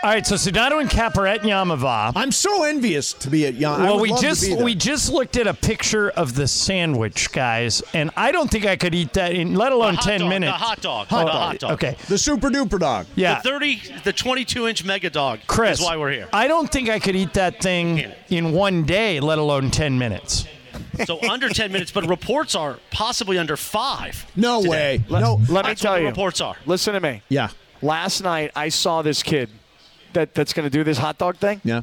All right, so Sedano and Cap are at Yamava. I'm so envious to be at Yon. Well, we just we just looked at a picture of the sandwich, guys, and I don't think I could eat that in let alone hot ten dog, the minutes. hot dog, Hot the dog. hot dog. Okay, the super duper dog. yeah. The 30, the 22 inch mega dog Chris, is why we're here. I don't think I could eat that thing Can't. in one day, let alone ten minutes. So under 10 minutes, but reports are possibly under five. No today. way. no. Let me That's tell what the you. reports are. Listen to me. yeah. Last night I saw this kid that that's going to do this hot dog thing Yeah.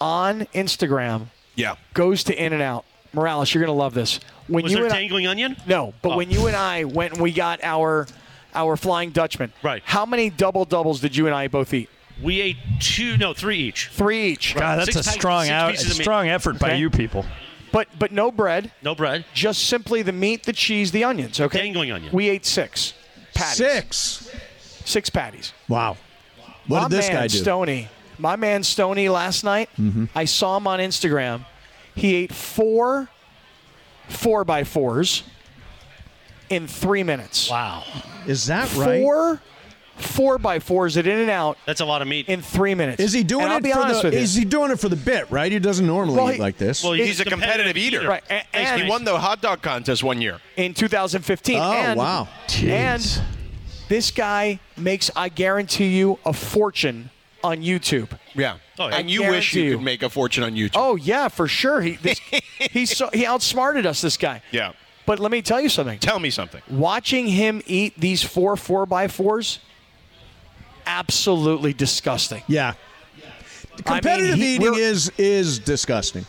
on Instagram. Yeah. Goes to In and Out. Morales, you're going to love this. When Was you there and I- dangling onion? no, but Oh. when you and I went and we got our our Flying Dutchman. Right. How many double doubles did you and I both eat? We ate two, no, three each. Three each. God, that's Six a pack- strong six out, pieces of meat. strong effort by Okay. you people. But but no bread. No bread. Just simply the meat, the cheese, the onions. Okay. Dangling onion. We ate six patties. Six. Six patties. Wow. What my did this man guy do? Mm-hmm. Stoney, my man Stoney last night, I saw him on Instagram. He ate four four by fours in three minutes. Wow. Is that right? Four four by fours at In and Out That's a lot of meat. in three minutes. Is he doing and I'll it be for honest the? with you. Is he doing it for the bit? Right? He doesn't normally Well, eat he- like this. Well, He's a competitive eater. Right, a- and- He won the hot dog contest one year. in 2015. Oh, and, wow. Jeez. And this guy makes, I guarantee you, a fortune on YouTube. Yeah. Oh, yeah. And you I wish guarantee you you. could make a fortune on YouTube. Oh yeah, for sure. He this, he so, he outsmarted us. This guy. Yeah. But let me tell you something. Tell me something. Watching him eat these four four by fours, absolutely disgusting. yeah. Competitive he- eating we're- is is disgusting.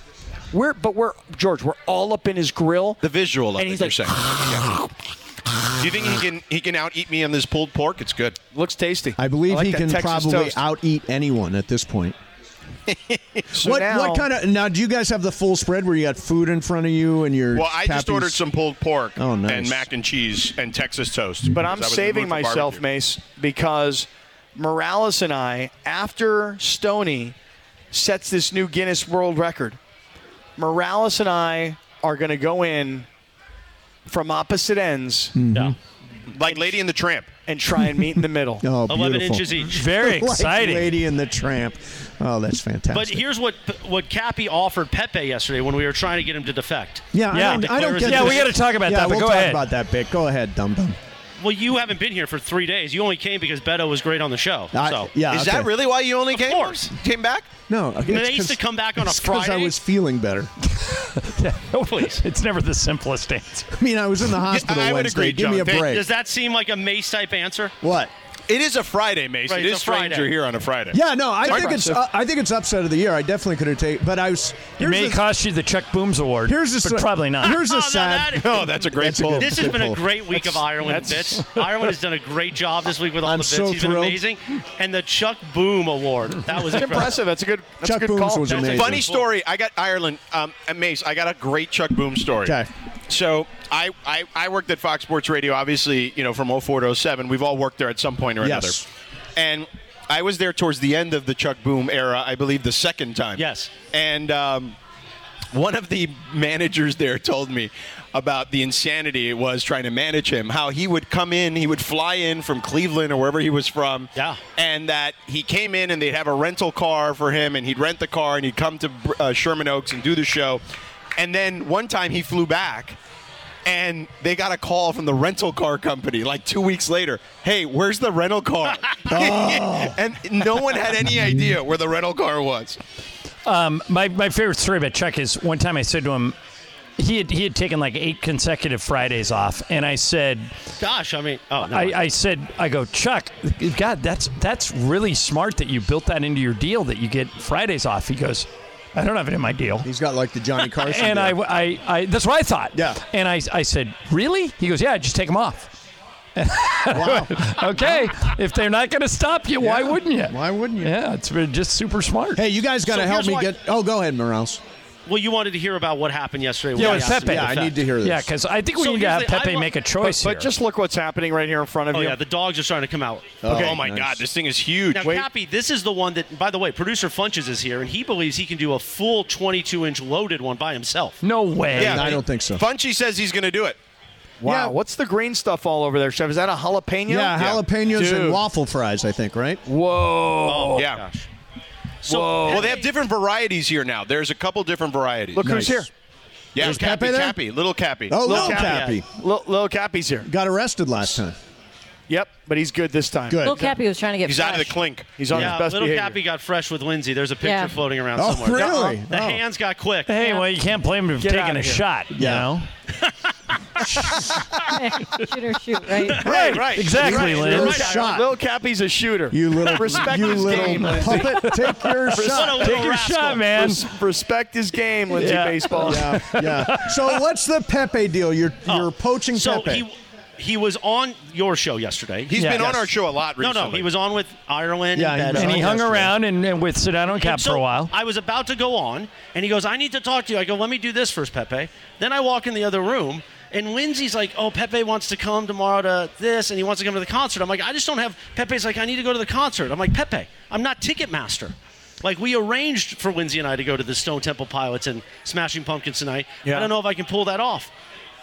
We're but we're George. We're all up in his grill. The visual of And it, he's you're like, saying. Yeah. Do you think he can he can out eat me on this pulled pork? It's good. Looks tasty. I believe like he that can Texas probably toast. out eat anyone at this point. So what now- what kind of now? Do you guys have the full spread where you got food in front of you and your? Well, I just Pappy's- ordered some pulled pork Oh, nice. and mac and cheese and Texas toast. But because I'm I was in the saving mood for myself, barbecue. Mace, because Morales and I, after Stoney sets this new Guinness World Record, Morales and I are going to go in from opposite ends Mm-hmm. No. Like Lady and the Tramp. and try and meet in the middle. Oh, 11 beautiful. inches each. Very Like exciting. Lady and the Tramp. Oh, that's fantastic. But here's what what Cappy offered Pepe yesterday when we were trying to get him to defect. yeah, Yeah. I don't, I don't Where is get it? Yeah, this. we gotta talk about Yeah, that, but We'll go talk ahead. about that bit. Go ahead, dum dum. Well, you haven't been here for three days. You only came because Beto was great on the show. I- so yeah, Is okay. that really why you only Of came? course. Came back? No, they used to come back on a Because I Friday? was feeling better. please. It's never the simplest answer. I mean, I was in the hospital I would Wednesday. agree, Give me a John. They- break. Does that seem like a Mace type answer? what? It is a Friday, Mace. Right, it it's is a strange Friday. you're here on a Friday. Yeah, no, I think it's impressive. uh, I think it's upset of the year. I definitely could have taken, but I was. It Here's may the- cost you the Chuck Booms Award, Here's the but sa- probably not. Here's Oh, a no, sad. that- Oh, that's a great That's a uh, pull. good- This has been a pull. great week of Ireland bits. Ireland has done a great job this week with all I'm the bits. so He's been thrilled. amazing. And the Chuck Boom Award. Hmm. That was impressive. Impressive. That's a good. That's Chuck a good Booms call. was That's a amazing. Funny story. I got Ireland. Um, at Mace, I got a great Chuck Boom story. Okay. So I, I, I worked at Fox Sports Radio, obviously, you know, from 04 to 07. We've all worked there at some point or Yes. another. And I was there towards the end of the Chuck Boom era, I believe the second time. Yes. And um, one of the managers there told me about the insanity it was trying to manage him, how he would come in, he would fly in from Cleveland or wherever he was from. Yeah. And that he came in and they'd have a rental car for him and he'd rent the car and he'd come to uh, Sherman Oaks and do the show. And then one time he flew back and they got a call from the rental car company like two weeks later. Hey, where's the rental car? and no one had any idea where the rental car was. Um, my, my favorite story about Chuck is one time I said to him, he had, he had taken like eight consecutive Fridays off, and I said, Gosh, I mean, oh, no. I, I said, I go, Chuck, God, that's that's really smart that you built that into your deal that you get Fridays off. He goes, I don't have it in my deal. He's got like the Johnny Carson. And I, deal. I, I, that's what I thought. Yeah. And I, I said, really? He goes, yeah, just take them off. wow. Okay. if they're not going to stop you, why Yeah. wouldn't you? Why wouldn't you? Yeah, it's been just super smart. Hey, you guys got to So help here's me why- get. Oh, go ahead, Morales. well, you wanted to hear about what happened yesterday. Yeah, when with we asked Pepe. him Yeah, I about need that. to hear this. yeah, because I think we So need to here's have the- I Pepe lo- make a But, choice but here. just look what's happening right here in front of Oh you. yeah, the dogs are starting to come out. Okay. Oh my Nice. God, this thing is huge. Now, Wait, Cappy, this is the one that, by the way, producer Funches is here, and he believes he can do a full 22-inch loaded one by himself. no way. Yeah, I don't think so. Funchy says he's going to do it. Wow, Yeah. what's the green stuff all over there, Chef? Is that a jalapeno? Yeah, jalapenos Dude. and waffle fries, I think, right? Whoa. yeah. So, Oh, Well, they have different varieties here now. There's a couple different varieties. Look Nice. who's here. yeah, there's Cappy, Cappy there? Cappy, little Cappy. Oh, Lil little Cappy. Lil, Lil Cappy's here. Got arrested last time. Yep, but he's good this time. Good. Little Cappy was trying to get. He's out of the fresh. clink. He's on yeah, his best little behavior. Cappy got fresh with Lindsay. There's a picture Yeah. floating around Oh, somewhere. really? The Oh. hands got quick. Hey, well, you can't blame him for Get taking outta a here. shot. You Yeah. know? shoot or shoot, right? Right, right. Exactly, Right. Lynn. Your Right. shot. Lil Cappy's a shooter. You little, respect you his little game, Lindsay. puppet. Take your shot. little Take your rascal. shot, man. Res- respect his game, Lindsay Yeah. Baseball. Yeah, yeah. So what's the Pepe deal? You're you're poaching Oh, So Pepe. he he was on your show yesterday. He's Yeah. been on Yes. our show a lot no, recently. no, he was on with Ireland. Yeah, he and, was And on he hung around and, and with Sedano and Cap And so for a while. I was about to go on, and he goes, "I need to talk to you." I go, "Let me do this first, Pepe." Then I walk in the other room, and Lindsay's like, "Oh, Pepe wants to come tomorrow to this, and he wants to come to the concert." I'm like, "I just don't have." Pepe's like, "I need to go to the concert." I'm like, "Pepe, I'm not Ticketmaster." Like we arranged for Lindsay and I to go to the Stone Temple Pilots and Smashing Pumpkins tonight. Yeah. I don't know if I can pull that off.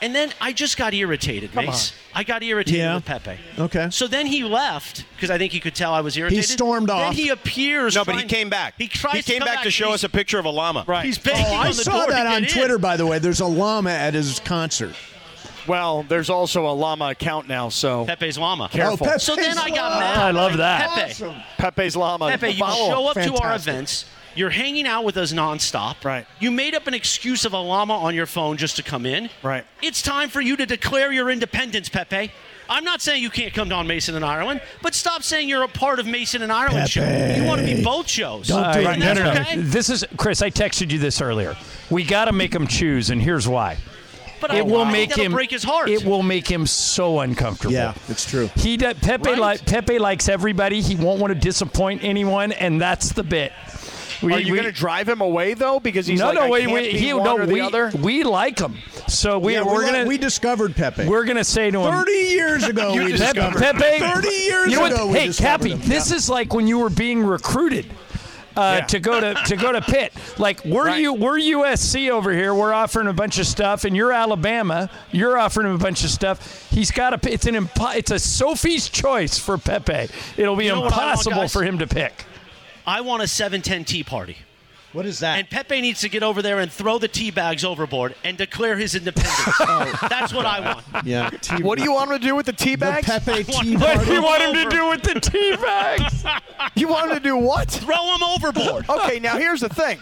And then I just got irritated, Mace. I got irritated Yeah. with Pepe. Okay. So then he left because I think he could tell I was irritated. stormed Then off. he appears. No, but he trying- came back. He tries came come back, to show and us a picture of a llama. Right. He's banging oh, on I the saw door to that get on in. Twitter, by the way. There's a llama at his concert. Well, there's also a llama account now, so Pepe's llama. Careful. Oh, Pepe's So then I got llama. mad. I love Like, that. Pepe, Pepe's llama. Pepe, you Follow him. show up to our Fantastic. events. You're hanging out with us nonstop. Right. You made up an excuse of a llama on your phone just to come in. Right. It's time for you to declare your independence, Pepe. I'm not saying you can't come down Mason and Ireland, but stop saying you're a part of Mason and Ireland show. You want to be both shows. Don't do it. And All right, no, that's no, no. okay. This is Chris. I texted you this earlier. We got to make him choose, and here's why. But I, It will I think make that'll him break his heart. It will make him so uncomfortable. Yeah, it's true. He does, Pepe Right? li- Pepe likes everybody. He won't want to disappoint anyone, and that's the bit. We, Are you we- going to drive him away though? Because he's no, like, no, I wait, can't wait. be He, one no, or the we other. we like him. So we yeah, we're we, gonna we discovered Pepe. we're gonna say to him. 30 years ago we Pe- discovered Pepe, him. 30 years you know what? ago we hey, discovered Cappy, him. this is like when you were being recruited. Uh, Yeah. To go to to go to Pitt, like we're Right. you we're USC over here. We're offering a bunch of stuff, and you're Alabama. You're offering him a bunch of stuff. He's got a it's an impo- it's a Sophie's choice for Pepe. It'll be know what I want, impossible guys? for him to pick. I want a 710 tea party. What is that? And Pepe needs to get over there and throw the tea bags overboard and declare his independence. Oh. That's what I want. yeah. Tea- What do you want him to do with the tea the bags? Pepe tea What do party? you want him to over. do with the tea bags? you want him to do what? Throw him overboard. Okay, now here's the thing.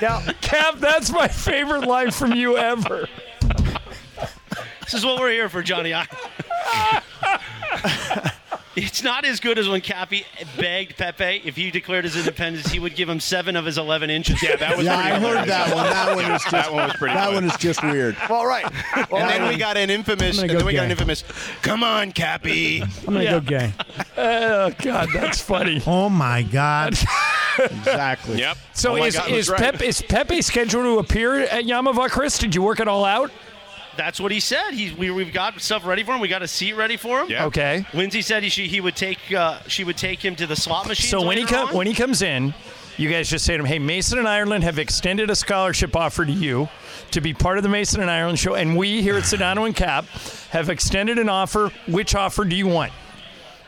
Now, Cap, that's my favorite line from you ever. This is what we're here for, Johnny. I- it's not as good as when Cappy begged Pepe if he declared his independence, he would give him seven of his 11 inches. Yeah, That was Yeah, pretty I heard hilarious. that one. That one is just That one was pretty that good. one is just weird. all right. Well, And then we got an infamous. I'm And gonna then go we got an gay. infamous. Come on, Cappy. I'm gonna go gay. Oh God, that's funny. Oh my God. Exactly. yep. So Oh my is God, is, that's right. Pep, is Pepe scheduled to appear at Yamava, Chris? Did you work it all out? That's what he said. He, we, we've got stuff ready for him. We got a seat ready for him. Yeah. Okay. Lindsay said he, she, he would take uh, she would take him to the slot machine. So when he come, when he comes in, you guys just say to him, "Hey, Mason and Ireland have extended a scholarship offer to you to be part of the Mason and Ireland show, and we here at Sedano and Cap have extended an offer. Which offer do you want?"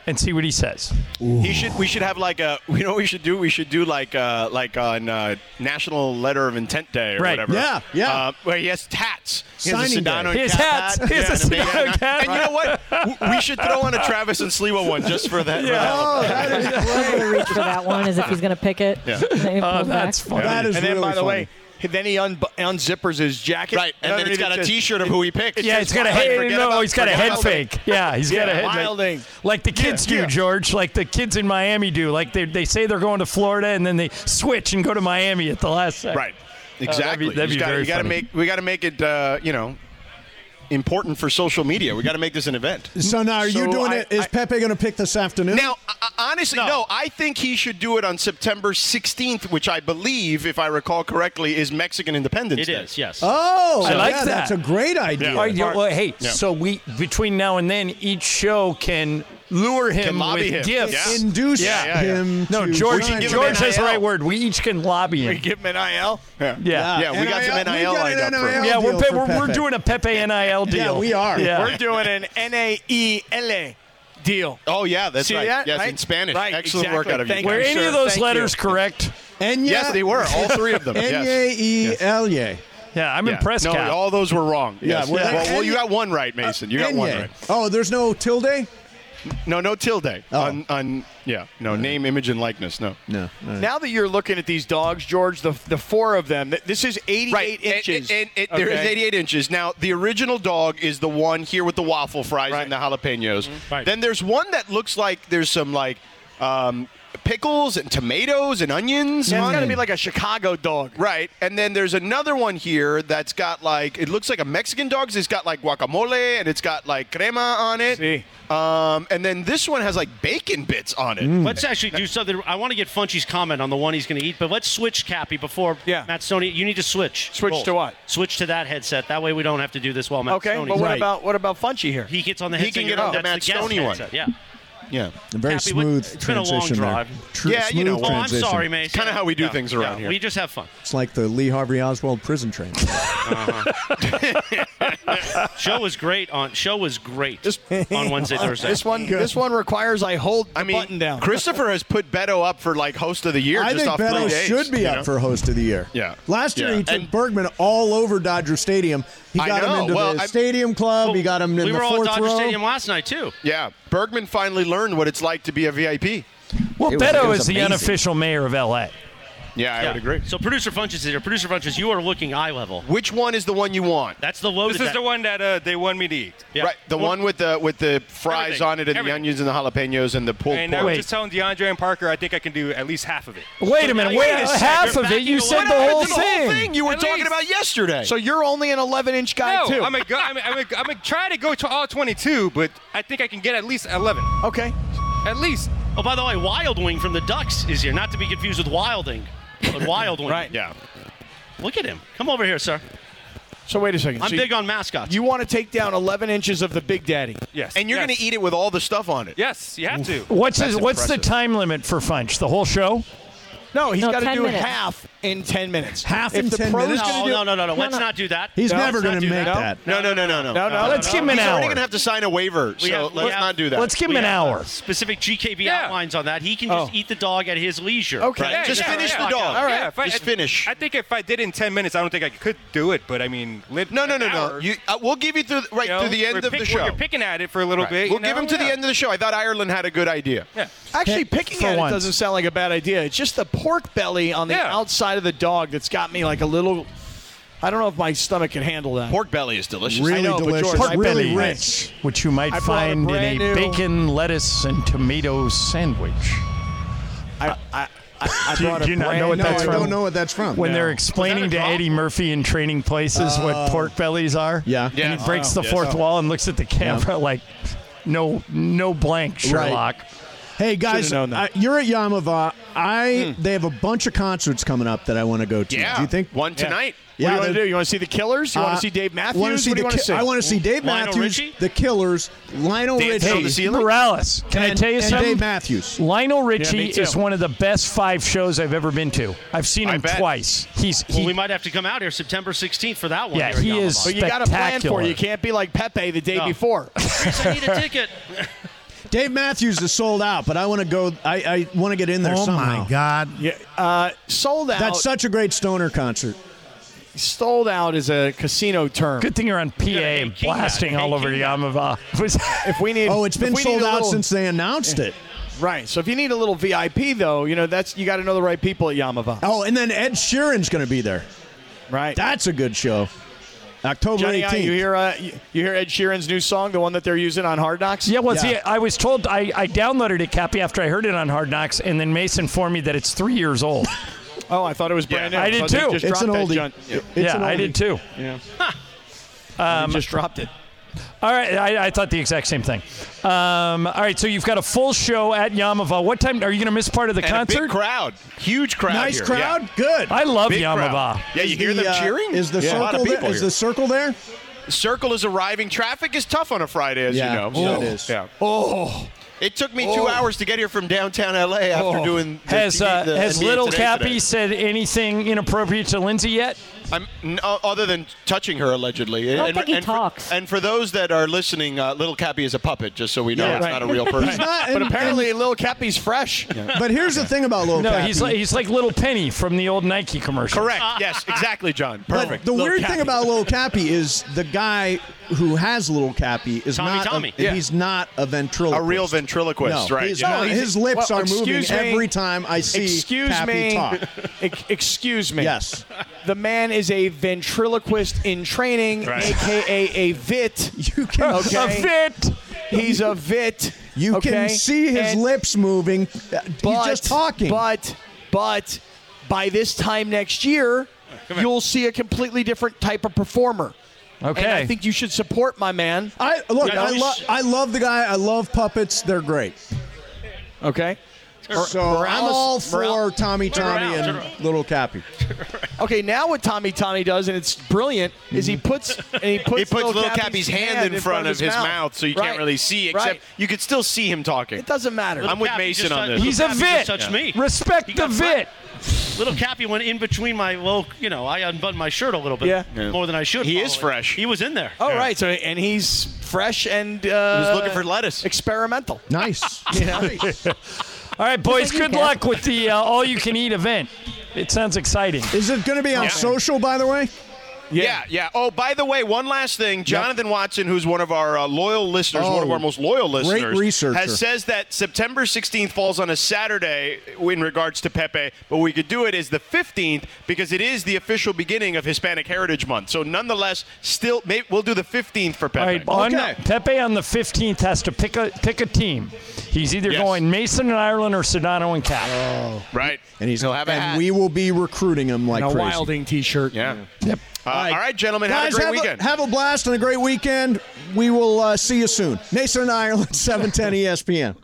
and see what he says. He should. We should have like a. You know, what we should do. We should do like uh, like on uh, National Letter of Intent Day or Right. whatever. Yeah, yeah. Uh, where he has tats. He has Signing a Sedano day. and He has Cap hats. Hat. He has a and Sedano bandana. cap. And you know what? W- we should throw on a Travis and Sliwa one just for that. for that. Oh, that is We're going to reach for that one as if he's going to pick it. Yeah. Oh, that's fun. funny. that is and then, really by the funny. way, then he un- unzippers his jacket. Right, and then underneath he's got it a says- T-shirt of who he picked. Yeah, he's got a head. Forget no, about- he's got a forget head about- fake. Yeah, he's got a Yeah, head wilding. Like the kids do, yeah. George. Like the kids in Miami do. Like they, they say they're going to Florida and then they switch and go to Miami at the last second. Uh, Right. that'd be- Exactly. that'd be You gotta- very you got to funny. make. We got to make it. Uh, you know, important for social media. We got to make this an event. so now are So you doing I- it? Is I- Pepe going to pick this afternoon? Now, uh, honestly, no. I think he should do it on September 16th, which I believe, if I recall correctly, is Mexican Independence It Day. is, yes. oh, I like yeah, that. That's a great idea. All right, yeah, well, hey, so we between now and then, each show can lure him Can lobby with him. gifts. Yeah. Induce Yeah, yeah, yeah. him. No, to George. sign give him George an has the right NIL. word. We each can lobby him. Give him nil. Yeah. Yeah. Yeah, we got some NIL NIL we got lined up an for him. NIL Yeah, we're, deal pe- for we're, we're Pepe. doing a Pepe NIL deal. Yeah, we are. Yeah. We're doing an N A E L A deal. Oh, yeah, that's See right. that? yes, Right? in Spanish. Right, Excellent exactly. work out of Thank you. Were I'm any sure. of those Thank letters you. correct? Enya, Yes, they were. All three of them. yes. E N-Y-E-L-Y. Yeah, I'm Yeah. impressed. No, Cap. all those were wrong. Yeah, Yes. well, Well, that- E well, you got one right, Mason. You got one Enye. right. Oh, there's no Oh, tilde? No, no tilde. On, on, yeah, no, name, image, and likeness. No. No. Now that you're looking at these dogs, George, the the four of them, th- this is 88 Right, and- inches. and, and, there is Okay. 88 inches. Now, the original dog is the one here with the waffle fries Right. Mm-hmm. and the jalapenos. Right. Then there's one that looks like there's some like um, pickles and tomatoes and onions. Yeah, on it's got to it. Mm. be like a Chicago dog. Right, and then there's another one here that's got like it looks like a Mexican dog. 'cause It's got like guacamole and it's got like crema on it. See. Um, and then this one has like bacon bits on it. Let's actually do something. I want to get Funchy's comment on the one he's going to eat, but let's switch, Cappy, before Yeah. Matt Stoney. You need to switch. Switch Roll. to what? Switch to that headset. That way we don't have to do this while Matt Okay, Stoney. but what Right. about what about Funchy here? he gets on the He headset. can get you're on the right. Matt That's guest Stoney one. headset, Yeah. Yeah, A very Happy with- smooth it's been a long transition drive. there. Tr- Yeah, you know. smooth Oh, Oh, I'm transition. sorry, Mace. Kinda how we do things around here. We just have fun. It's like the Lee Harvey Oswald prison train. Uh-huh. Show was great on. Show was great on Wednesday, Thursday. This one, this one requires I hold the I mean, button down. Christopher has put Beto up for like host of the year. I just think off three Beto days, should be you up know? for host of the year. Yeah. Last year Yeah. he took And- Bergman all over Dodger Stadium. He I got him know. into Well, the I- Stadium Club. he got him in we the were all fourth at Dodger row. Stadium last night too. Yeah, Bergman finally learned what it's like to be a VIP. Well, It was- it Beto was is the amazing. unofficial mayor of LA. Yeah, I Yeah. would agree. So producer Funches is here. Producer Funches, you are looking eye level. Which one is the one you want? That's the loaded. This is that- the one that uh, they want me to eat. Yeah. Right, the one with the with the fries Everything. on it and the Everything. onions and the jalapenos and the pulled And I pork. was just telling DeAndre and Parker, I think I can do at least half of it. Wait a minute. Wait, a second. half They're of it. backing You away. said What the happened whole to thing. you were At talking least- about yesterday. so you're only an 11 inch guy No, too. I'm a go- I'm a, I'm a, I'm a try to go to all 22, but I think I can get at least 11. okay. At least. Oh, by the way, Wild Wing from the Ducks is here. Not to be confused with Wilding, but Wild Wing. Right. yeah. Look at him. Come over here, sir. So wait a second. I'm So big you, on mascots. you want to take down 11 inches of the Big Daddy? Yes. And you're yes. going to eat it with all the stuff on it. Yes, you have to. What's That's his, what's the impressive. time limit for Funch? The whole show? No, he's No, got to 10 do minutes. half in 10 minutes. Half if in the 10 pros minutes? no, Gonna do, no, no, no, no. Let's no. not do that. He's No, never let's not going to do make that. that. No, no, no, no, no. No, no. Let's give him an He's hour. already going to have to sign a waiver, We so have- we let's have- not do that. Let's give him We an have hour. Specific GKB Yeah. outlines on that. He can Oh. just eat the dog at his leisure. Okay. Right. Yeah, Just yeah, finish yeah. the dog. All right. Just finish. I think if I did in 10 minutes, I don't think I could do it, but I mean, lit, no, no, an no, no. hour, You, uh, we'll give you through, right you know, through the end we're of the pick- show. You're picking at it for a little Right. bit. We'll you give know? him to the Yeah. end of the show. I thought Ireland had a good idea. Yeah. Actually, Hey, picking for at once. it doesn't sound like a bad idea. It's just the pork belly on the Yeah. outside of the dog that's got me like a little. I don't know if my stomach can handle that. Pork belly is delicious. Really I know, but delicious. George, I bet really he- rich. Which you might I brought a find in a brand new- bacon, lettuce, and tomato sandwich. I, I, I, I Do you- brought do you a not brand know what No, new- that's I from- don't know what that's from. When they're explaining to Eddie Murphy in training places what pork bellies are, Oh. Yeah. Yeah. and he breaks Oh. the Yes. fourth wall and looks at the camera like, no, no blank, Sherlock. Hey guys, known that. I- you're at Yamava. I Hmm. they have a bunch of concerts coming up that I want to go to. Yeah. Do you think? One tonight. What do you want the- to do? You want to see the Killers? You want uh, to see Dave Matthews? wanna see what do you the want to Ki- see? I want to see Dave Lionel Matthews, Richie? the Killers, Lionel Dance on Richie, the ceiling? Morales, can I and, tell you and something? Dave Matthews. Lionel me Richie too. is one of the best five shows I've ever been to. I've seen I him bet. twice. He's he, Well, we might have to come out here September 16th for that one. Yeah, here at he is Yamaha. but you got to plan for spectacular. it. You can't be like Pepe the day No. before. Chris, I need a ticket. Dave Matthews is sold out, but I want to go. I, I want to get in there Oh, my somehow. God! Yeah, uh, sold out. That's such a great stoner concert. Sold out is a casino term. Good thing you're on PA and blasting all over Yamava. If we need, Oh, it's been if we need sold a out little- since they announced it. Right. So if you need a little VIP though, you know that's you got to know the right people at Yamava. Oh, and then Ed Sheeran's going to be there. Right. That's a good show. October Johnny, I, 18th. you hear uh, you you hear Ed Sheeran's new song, the one that they're using on Hard Knocks? Yeah, well, see, Yeah. I was told I, I downloaded it, Cappy, after I heard it on Hard Knocks, and then Mason informed me that it's three years old. Oh, I thought it was brand I new. did thought they too. Just it's dropped an that oldie. junk. It's an yeah, oldie. I did too. They just dropped it. Um, All right, I, I thought the exact same thing. Um, all right, so you've got a full show at Yamava. What time are you going to miss part of the And a concert? big crowd, huge crowd. Nice here. Yeah. crowd. Good. I love Big Yamava. crowd. Yeah, you Is hear the, them uh, cheering. Is the yeah. a lot circle of there? people Is here. the circle there? circle is arriving. Traffic is tough on a Friday, as Yeah, you know. it is. Yeah. Oh. Oh. It took me two hours to get here from downtown LA after doing. The Has TV uh, the has NBA little Today Cappy today. said anything inappropriate to Lindsay yet? I'm, n- o- other than touching her allegedly. I don't think he and for- talks. and for those that are listening, uh, little Cappy is a puppet, just so we know Yeah, it's right. not a real person. Not- and- But apparently, Lil Cappy's fresh. But here's the thing about Lil No, Pappy. he's like, he's like little Penny from the old Nike commercial. Correct. Yes, exactly, John. But Perfect. the Lil weird Cappy. thing about Little Cappy is the guy who has Little Cappy is Tommy not Tommy. A, Yeah. he's not a ventriloquist. A real ventriloquist, No, right, he's yeah. not. No, he's- his lips well, are moving excuse me. every time I see Excuse Cappy me. talk. Ex- excuse me. Yes. The man is a ventriloquist in training, Right. aka a vit. You can A Okay. fit. He's a vit. you okay? can see his And- lips moving. But, he's just talking. But but by this time next year, you'll see a completely different type of performer. Okay. And I think you should support my man. I look. Yeah, I you love. sh- I love the guy. I love puppets. They're great. Okay. So I'm Morales- all for Moral- Tommy, Turn Tommy, around, turn and around. Little Cappy. Okay, now what Tommy Tommy does, and it's brilliant, is he puts and he puts, He puts Lil little Cappy's hand in front of his mouth, so you Right. can't really see, except Right. you could still see him talking. It doesn't matter. I'm with Mason on this. He's a vit. Touch me. Respect He the got vit. Little Cappy went in between my well, you know, I unbuttoned my shirt a little bit Yeah. more than I should. He probably. is fresh. He was in there. oh, right. So and he's fresh and uh, He was looking for lettuce. experimental. Nice. All right, boys, Thank you, good Cap. luck with the uh, all you can eat event. It sounds exciting. Is it going to be on social? By the way, Yeah, yeah. Oh, by the way, one last thing. Jonathan Watson, who's one of our uh, loyal listeners, one of Oh, our most loyal great listeners, researcher. has says that September 16th falls on a Saturday in regards to Pepe, but we could do it as the 15th because it is the official beginning of Hispanic Heritage Month. So nonetheless, still may, we'll do the 15th for Pepe. All right, on, Okay. Pepe on the 15th has to pick a pick a team. He's either Yes. going Mason and Ireland or Sedano and Cap. Right. and he's He'll have a and hat. we will be Oh. recruiting him like crazy. T-shirt. Yeah. Uh, all right, gentlemen. have Guys, a great have, weekend. A, have a blast and a great weekend. We will uh, see you soon. Mason and Ireland, 710 ESPN.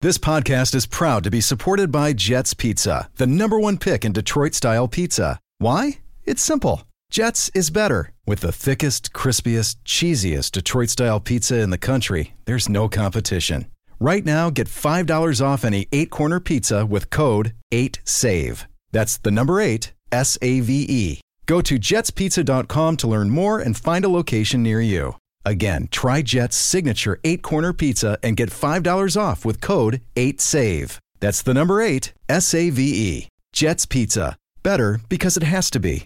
This podcast is proud to be supported by Jets Pizza, the number one pick in Detroit style pizza. Why? It's simple. Jets is better. With the thickest, crispiest, cheesiest Detroit style pizza in the country, there's no competition. Right now, get $5 off any eight corner pizza with code 8SAVE. That's the number eight, S A V E. Go to jetspizza.com to learn more and find a location near you. Again, try Jet's signature eight corner pizza and get $5 off with code 8SAVE. That's the number eight, S A V E. Jet's Pizza. Better because it has to be.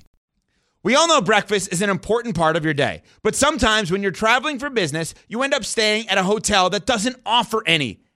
We all know breakfast is an important part of your day, but sometimes when you're traveling for business, you end up staying at a hotel that doesn't offer any.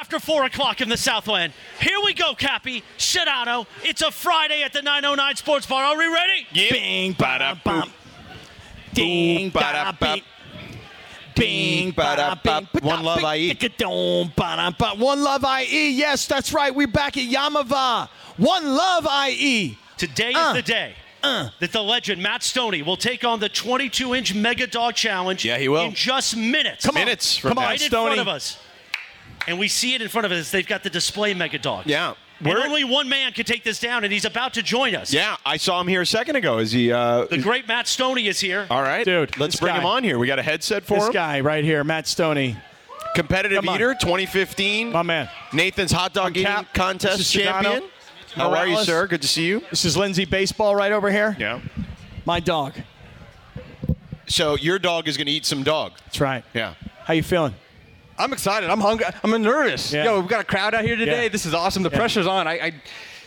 After four o'clock in the Southland, here we go, Cappy Sedano. It's a Friday at the 909 Sports Bar. Are we ready? Yeah. Bing, bada, boom. Ding, bada, bop. Bing, bada, bop. One love E. IE. Ding-a-dong, bada, bop. One love IE. Yes, that's right. We're back at Yamava. One love IE. Today Uh, is the day Uh. that the legend Matt Stoney will take on the 22-inch Mega Dog Challenge. Yeah, he will. in just minutes. Come on. Minutes from Come on, now. right in Stoney. front of us. And we see it in front of us. They've got the display Mega Dog. Yeah. And only one man could take this down, and he's about to join us. Yeah, I saw him here a second ago. Is he? Uh, The great Matt Stoney is here. all right, dude. Let's this bring guy. him on here. We got a headset for this him. guy right here, Matt Stoney. Competitive Come on. eater, 2015. My man. Nathan's hot dog eating Cap. This contest is Sedano. champion. How are you, Morales. sir? Good to see you. This is Lindsay Baseball right over here. Yeah. My dog. So your dog is going to eat some dog. That's right. Yeah. How you feeling? I'm excited. I'm hungry. I'm nervous. Yeah. Yo, we've got a crowd out here today. Yeah. This is awesome. The Yeah. pressure's on. I, I,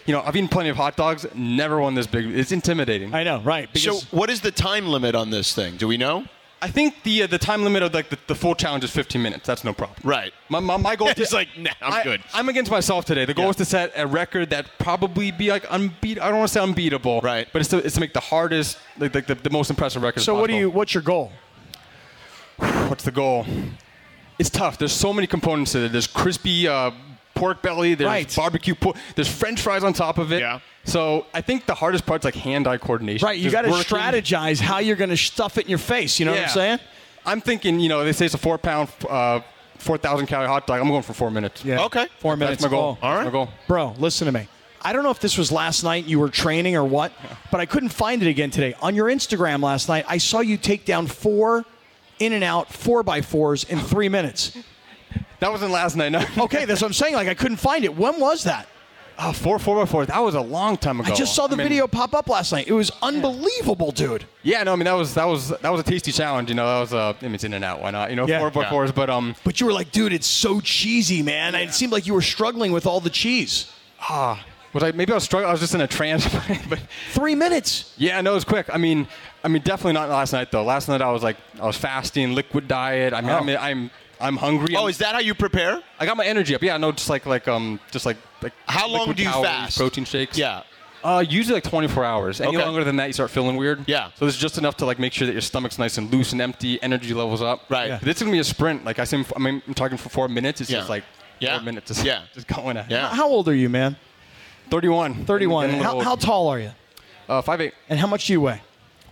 you know, I've eaten plenty of hot dogs. Never won this big. It's intimidating. I know, right? So what is the time limit on this thing? Do we know? I think the uh, the time limit of like the, the full challenge is 15 minutes. That's no problem. Right. My my, my goal He's like, nah, I'm I- good. I'm against myself today. The goal is to set a record that probably be like unbeat. I don't want to say unbeatable. Right. But it's to, it's to make the hardest, like, like the, the most impressive record. So what do you? What's your goal? What's the goal? It's tough. There's so many components to it. There's crispy uh, pork belly. There's Right. barbecue. Por- there's French fries on top of it. Yeah. So I think the hardest part's like hand-eye coordination. Right, you Just got to working. strategize how you're going to stuff it in your face. You know what I'm Yeah. saying? I'm thinking. You know, they say it's a four-pound, uh, four thousand calorie hot dog. I'm going for four minutes. Yeah. Okay. Four minutes. That's my goal. Oh, all That's my goal. Bro, listen to me. I don't know if this was last night you were training or what, but I couldn't find it again today. On your Instagram last night, I saw you take down four in and out four by fours in three minutes. That wasn't last night. No. okay, that's what I'm saying. Like I couldn't find it. When was that? Oh, four, four by four. That was a long time ago. I just saw the I mean- video pop up last night. It was unbelievable, dude. Yeah, no, I mean that was that was that was a tasty challenge. You know, that was uh, I mean, it's in and out. Why not? You know, Yeah. four by Yeah. fours. But um, But you were like, dude, it's so cheesy, man. It seemed like you were struggling with all the cheese. ah, was I maybe I was struggling? I was just in a trance. but Three minutes. yeah, no, it was quick. I mean, I mean, definitely not last night though. Last night I was like, I was fasting, liquid diet. I mean, Oh. I mean I'm I'm hungry. Oh, I'm- is that how you prepare? I got my energy up. Yeah, no, just like like um, just like like. How long liquid do you calories, fast? Protein shakes. Yeah. Uh, usually like 24 hours. Any Okay. longer than that, you start feeling weird. Yeah. So this is just enough to like make sure that your stomach's nice and loose and empty, energy levels up. Right. Yeah. But This is gonna be a sprint. Like I seem, I mean, I'm talking for four minutes. It's Yeah. just like Yeah. four minutes. Just, Yeah. Just going at. it. Yeah. How old are you, man? 31. 31. And- and a how, little- how tall are you? Uh, five eight. And how much do you weigh?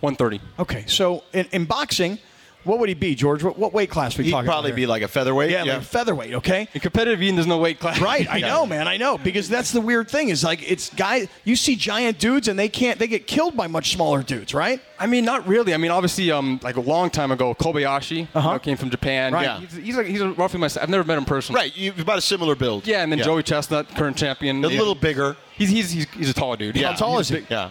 130. Okay, so in, in boxing, what would he be, George? What, what weight class are we He'd talking probably about? be like a featherweight. yeah, like featherweight. Okay, In competitive eating, there's no weight class. right. I Yeah. know, man. I know because that's the weird thing is like it's guys. You see giant dudes and they can't. They get killed by much smaller dudes, right? I mean, not really. I mean, obviously, um, like a long time ago, Kobayashi Uh-huh. you know, came from Japan. Right. Yeah. He's, he's, like, he's roughly my. si- I've never met him personally. Right. You've about a similar build. Yeah, and then Joey Chestnut, current champion. A little bigger. He's he's he's, he's a tall dude. Yeah. He's tall a is he? big- Yeah.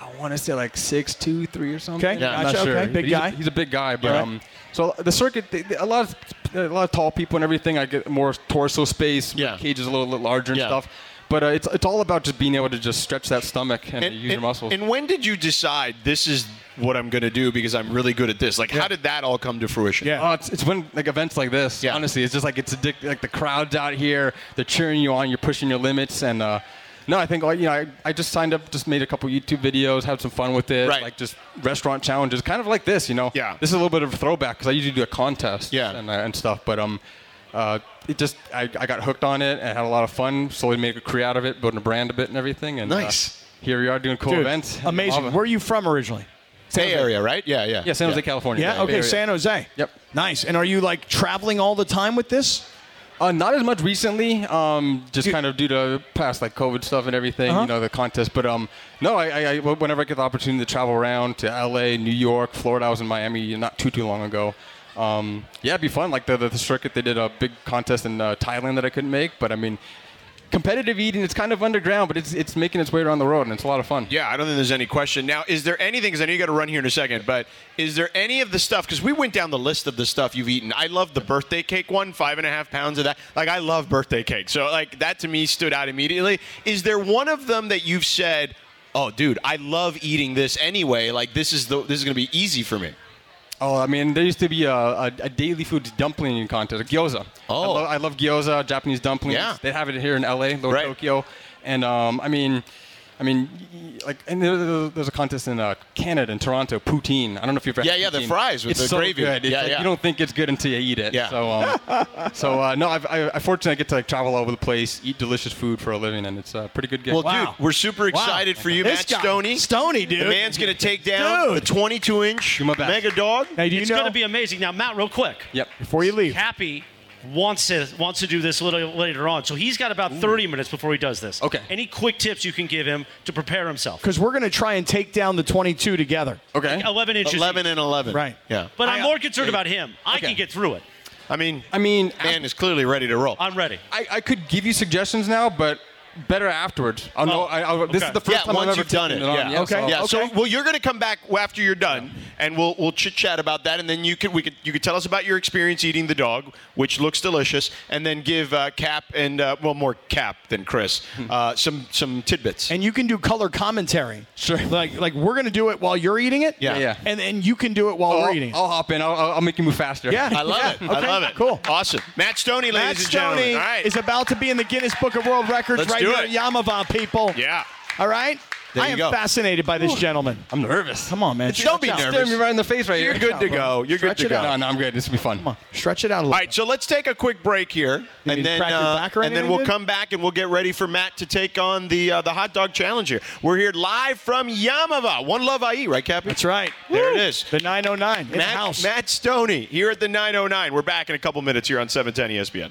I want to say like six two three or something. Okay, I'm gotcha, not sure. okay, big But he's a- guy. He's a big guy, but Alright. um, so the circuit, they, they- a lot of a lot of tall people and everything. I get more torso space. Yeah. cage is a little, little larger and Yeah. stuff. But uh, it's it's all about just being able to just stretch that stomach and, use your muscles. and when did you decide this is what I'm going to do because I'm really good at this? Like, how did that all come to fruition? Oh, it's, it's when like events like this. Yeah. Honestly, it's just like it's addic- like the crowds out here. They're cheering you on. You're pushing your limits, and uh, no, I think like, you know I, I just signed up, just made a couple YouTube videos, had some fun with it. Right. Like just restaurant challenges, kind of like this, you know. Yeah. This is a little bit of a throwback because I usually do a contest. Yeah. And, uh, and stuff, but um. Uh, it just I, I got hooked on it and had a lot of fun. Slowly made a career out of it, building a brand of it and everything. And uh, Nice. here we are doing cool Dude, events. amazing. Love it. Where are you from originally? Bay Area, right? Yeah, yeah. Yeah, San Jose, California. Yeah. Bay Okay, Area. San Jose. Yep. Nice. And are you like traveling all the time with this? Uh, not as much recently, um, just kind of due to past like COVID stuff and everything, Uh-huh. you know, the contest. But um, no, I, I, I whenever I get the opportunity to travel around to LA, New York, Florida, I was in Miami not too too long ago. Um, yeah, it'd be fun. Like the, the, circuit, they did a big contest in uh, Thailand that I couldn't make, but I mean, competitive eating, it's kind of underground, but it's it's making its way around the road, and it's a lot of fun. Yeah, I don't think there's any question. Now, is there anything, because I know you got to run here in a second, but is there any of the stuff, because we went down the list of the stuff you've eaten. I love the birthday cake one, five and a half pounds of that. Like, I love birthday cake. So, like, that to me stood out immediately. Is there one of them that you've said, oh, dude, I love eating this anyway. Like, this is the, this is going to be easy for me. Oh, I mean, there used to be a, a, a daily food dumpling contest, a gyoza. Oh. I, lo- I love gyoza, Japanese dumplings. Yeah. They have it here in LA, Little Right. Tokyo. And um, I mean, I mean, y- y- like, and there- there- there's a contest in uh, Canada, in Toronto, poutine. I don't know if you've ever Yeah, had yeah, the poutine. fries with it's the so gravy. Good. It's Yeah, like, yeah. You don't think it's good until you eat it. Yeah. So, um, so uh, no, I've, I, I fortunately get to like travel all over the place, eat delicious food for a living, and it's a pretty good gig. Well, Wow. dude, we're super Wow. excited for you, This Matt guy. Stoney. Stoney, dude. The man's going to take down Dude. the 22 inch my best. mega dog. Now, do you It's know? going to be amazing. Now, Matt, real quick. yep. before you leave. Happy wants to wants to do this a little later on. So he's got about 30 minutes before he does this. Okay. Any quick tips you can give him to prepare himself? Because we're going to try and take down the 22 together. Like 11 inches. 11 and 11. Right. Yeah. But I'm more concerned about him. I can get through it. I mean, I mean, man is clearly ready to roll. I'm ready. I, I could give you suggestions now, but better afterwards. I'll Oh, know. I, I'll, This is the first yeah, time once I've ever you've done it. taken on. yeah. so- Yeah. So, well, you're going to come back after you're done, and we'll we'll chit chat about that, and then you could we could you could tell us about your experience eating the dog, which looks delicious, and then give uh, Cap and uh, well more Cap than Chris Hmm. uh, some some tidbits. And you can do color commentary. Sure. Like like we're going to do it while you're eating it. Yeah. Yeah, yeah. And then you can do it while we're I'll, eating. it. I'll hop in. I'll, I'll I'll make you move faster. Yeah. I love it. Yeah. I Okay. love it. Cool. Awesome. Matt Stoney, ladies Matt and Stoney gentlemen. All right. is about to be in the Guinness Book of World Records Let's right do here it. at Yamava, people. Yeah. All right. There I you am go. fascinated by this Ooh. gentleman. I'm nervous. Come on, man. Don't be Stretch out. nervous. Staring me right in the face right You're here. good to go. You're good Stretch to it go. out. No, no, I'm good. This will be fun. Stretch it out a little. All right, so let's take a quick break here, and you then uh, crack your back or and then anything, we'll dude? come back and we'll get ready for Matt to take on the uh, the hot dog challenge here. We're here live from Yamava, One Love IE, right, Captain? That's right. There it is. The 909 in the Matt, house. Matt Stoney here at the 909. We're back in a couple minutes here on E 710 ESPN.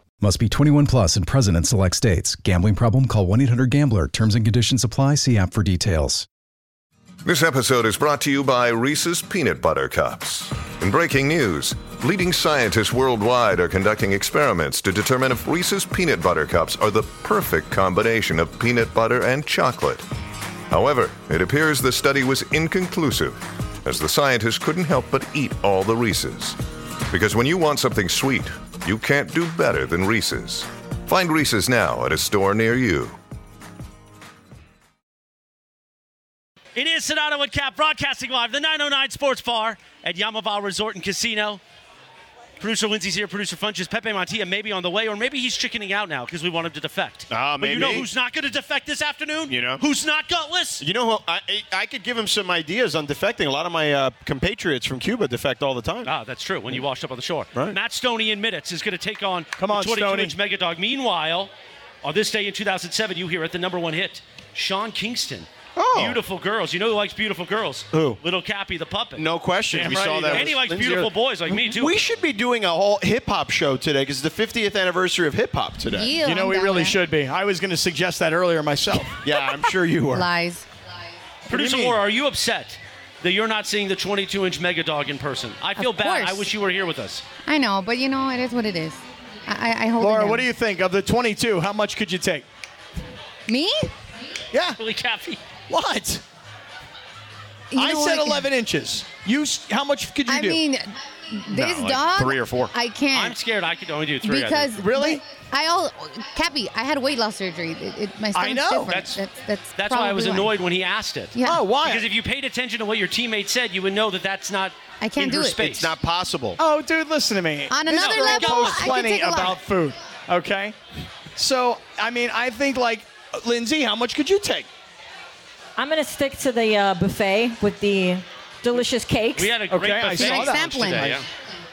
Must be 21 plus and present in select states. Gambling problem? Call 1 800 Gambler. Terms and conditions apply. See app for details. This episode is brought to you by Reese's Peanut Butter Cups. In breaking news, leading scientists worldwide are conducting experiments to determine if Reese's Peanut Butter Cups are the perfect combination of peanut butter and chocolate. However, it appears the study was inconclusive, as the scientists couldn't help but eat all the Reese's. Because when you want something sweet, you can't do better than Reese's. Find Reese's now at a store near you. It is Sonata with Cap broadcasting live, the 909 Sports Bar at Yamava Resort and Casino. Producer Lindsay's here, producer Funches, Pepe Montilla may be on the way, or maybe he's chickening out now because we want him to defect. Ah, But you know maybe. who's not going to defect this afternoon? You know. Who's not gutless? You know, who- I, I- I could give him some ideas on defecting. A lot of my uh, compatriots from Cuba defect all the time. Ah, that's true. When you washed up on the shore. Matt Stoney in minutes is going to take on Come on, the 22 Stoney. inch mega dog. Meanwhile, on this day in 2007, you hear at the number one hit, Sean Kingston. Oh. Beautiful girls. You know who likes beautiful girls? Who? Little Cappy the puppet. No question. Damn we right saw he that. does. with And he likes Lindsay beautiful Orr- boys like me, too. We should be doing a whole hip hop show today because it's the 50th anniversary of hip hop today. You, know, we really should be. I was going to suggest that earlier myself. Yeah, I'm sure you were. Lies. Producer mean? Laura, are you upset that you're not seeing the 22 inch mega dog in person? I feel Of bad. course. I wish you were here with us. I know, but you know, it is what it is. I, I- I hope. Laura, what do you think of the 22? How much could you take? Me? Yeah. Really, Cappy. What? You I know said what? 11 inches. You, s- how much could you I do? mean, this No, like dog. three or four. I I'm can't. scared I could only do three. I think. because but I all Cappy, I had weight loss surgery. It, it, my I stomach's know. different. That's- that's that's, That's why I was probably annoyed when he asked it. Yeah. Oh, why? Because if you paid attention to what your teammate said, you would know that that's not. I can't in do her it. Space. It's not possible. Oh, dude, listen to me. On This another girl level, knows I can plenty take a lot. about food. Okay. So, I mean, I think like Lindsay, how much could you take? I'm going to stick to the uh, buffet with the delicious cakes. We had a great okay, I buffet. saw that Today, yeah.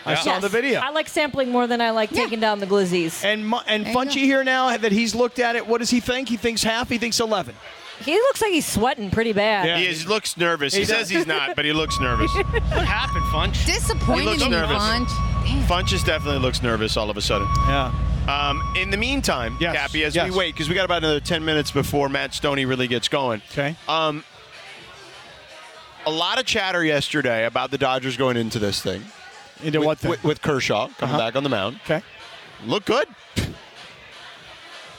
I saw Yes. the video. I like sampling more than I like taking down the glizzies. And Mu- and There you Funchy go. here now that he's looked at it. What does he think? He thinks half. He thinks 11. He looks like he's sweating pretty bad. He is, looks nervous. He, He does. says he's not, but he looks nervous. What happened, Funch? He Disappointed looks in nervous. Punch. Funch just definitely looks nervous all of a sudden. Yeah. Um, in the meantime, Cappy, as yes. we wait, because we got about another 10 minutes before Matt Stoney really gets going. Okay. Um, a lot of chatter yesterday about the Dodgers going into this thing. Into with, what thing? Uh-huh. With, with Kershaw coming back on the mound. Okay. Look good.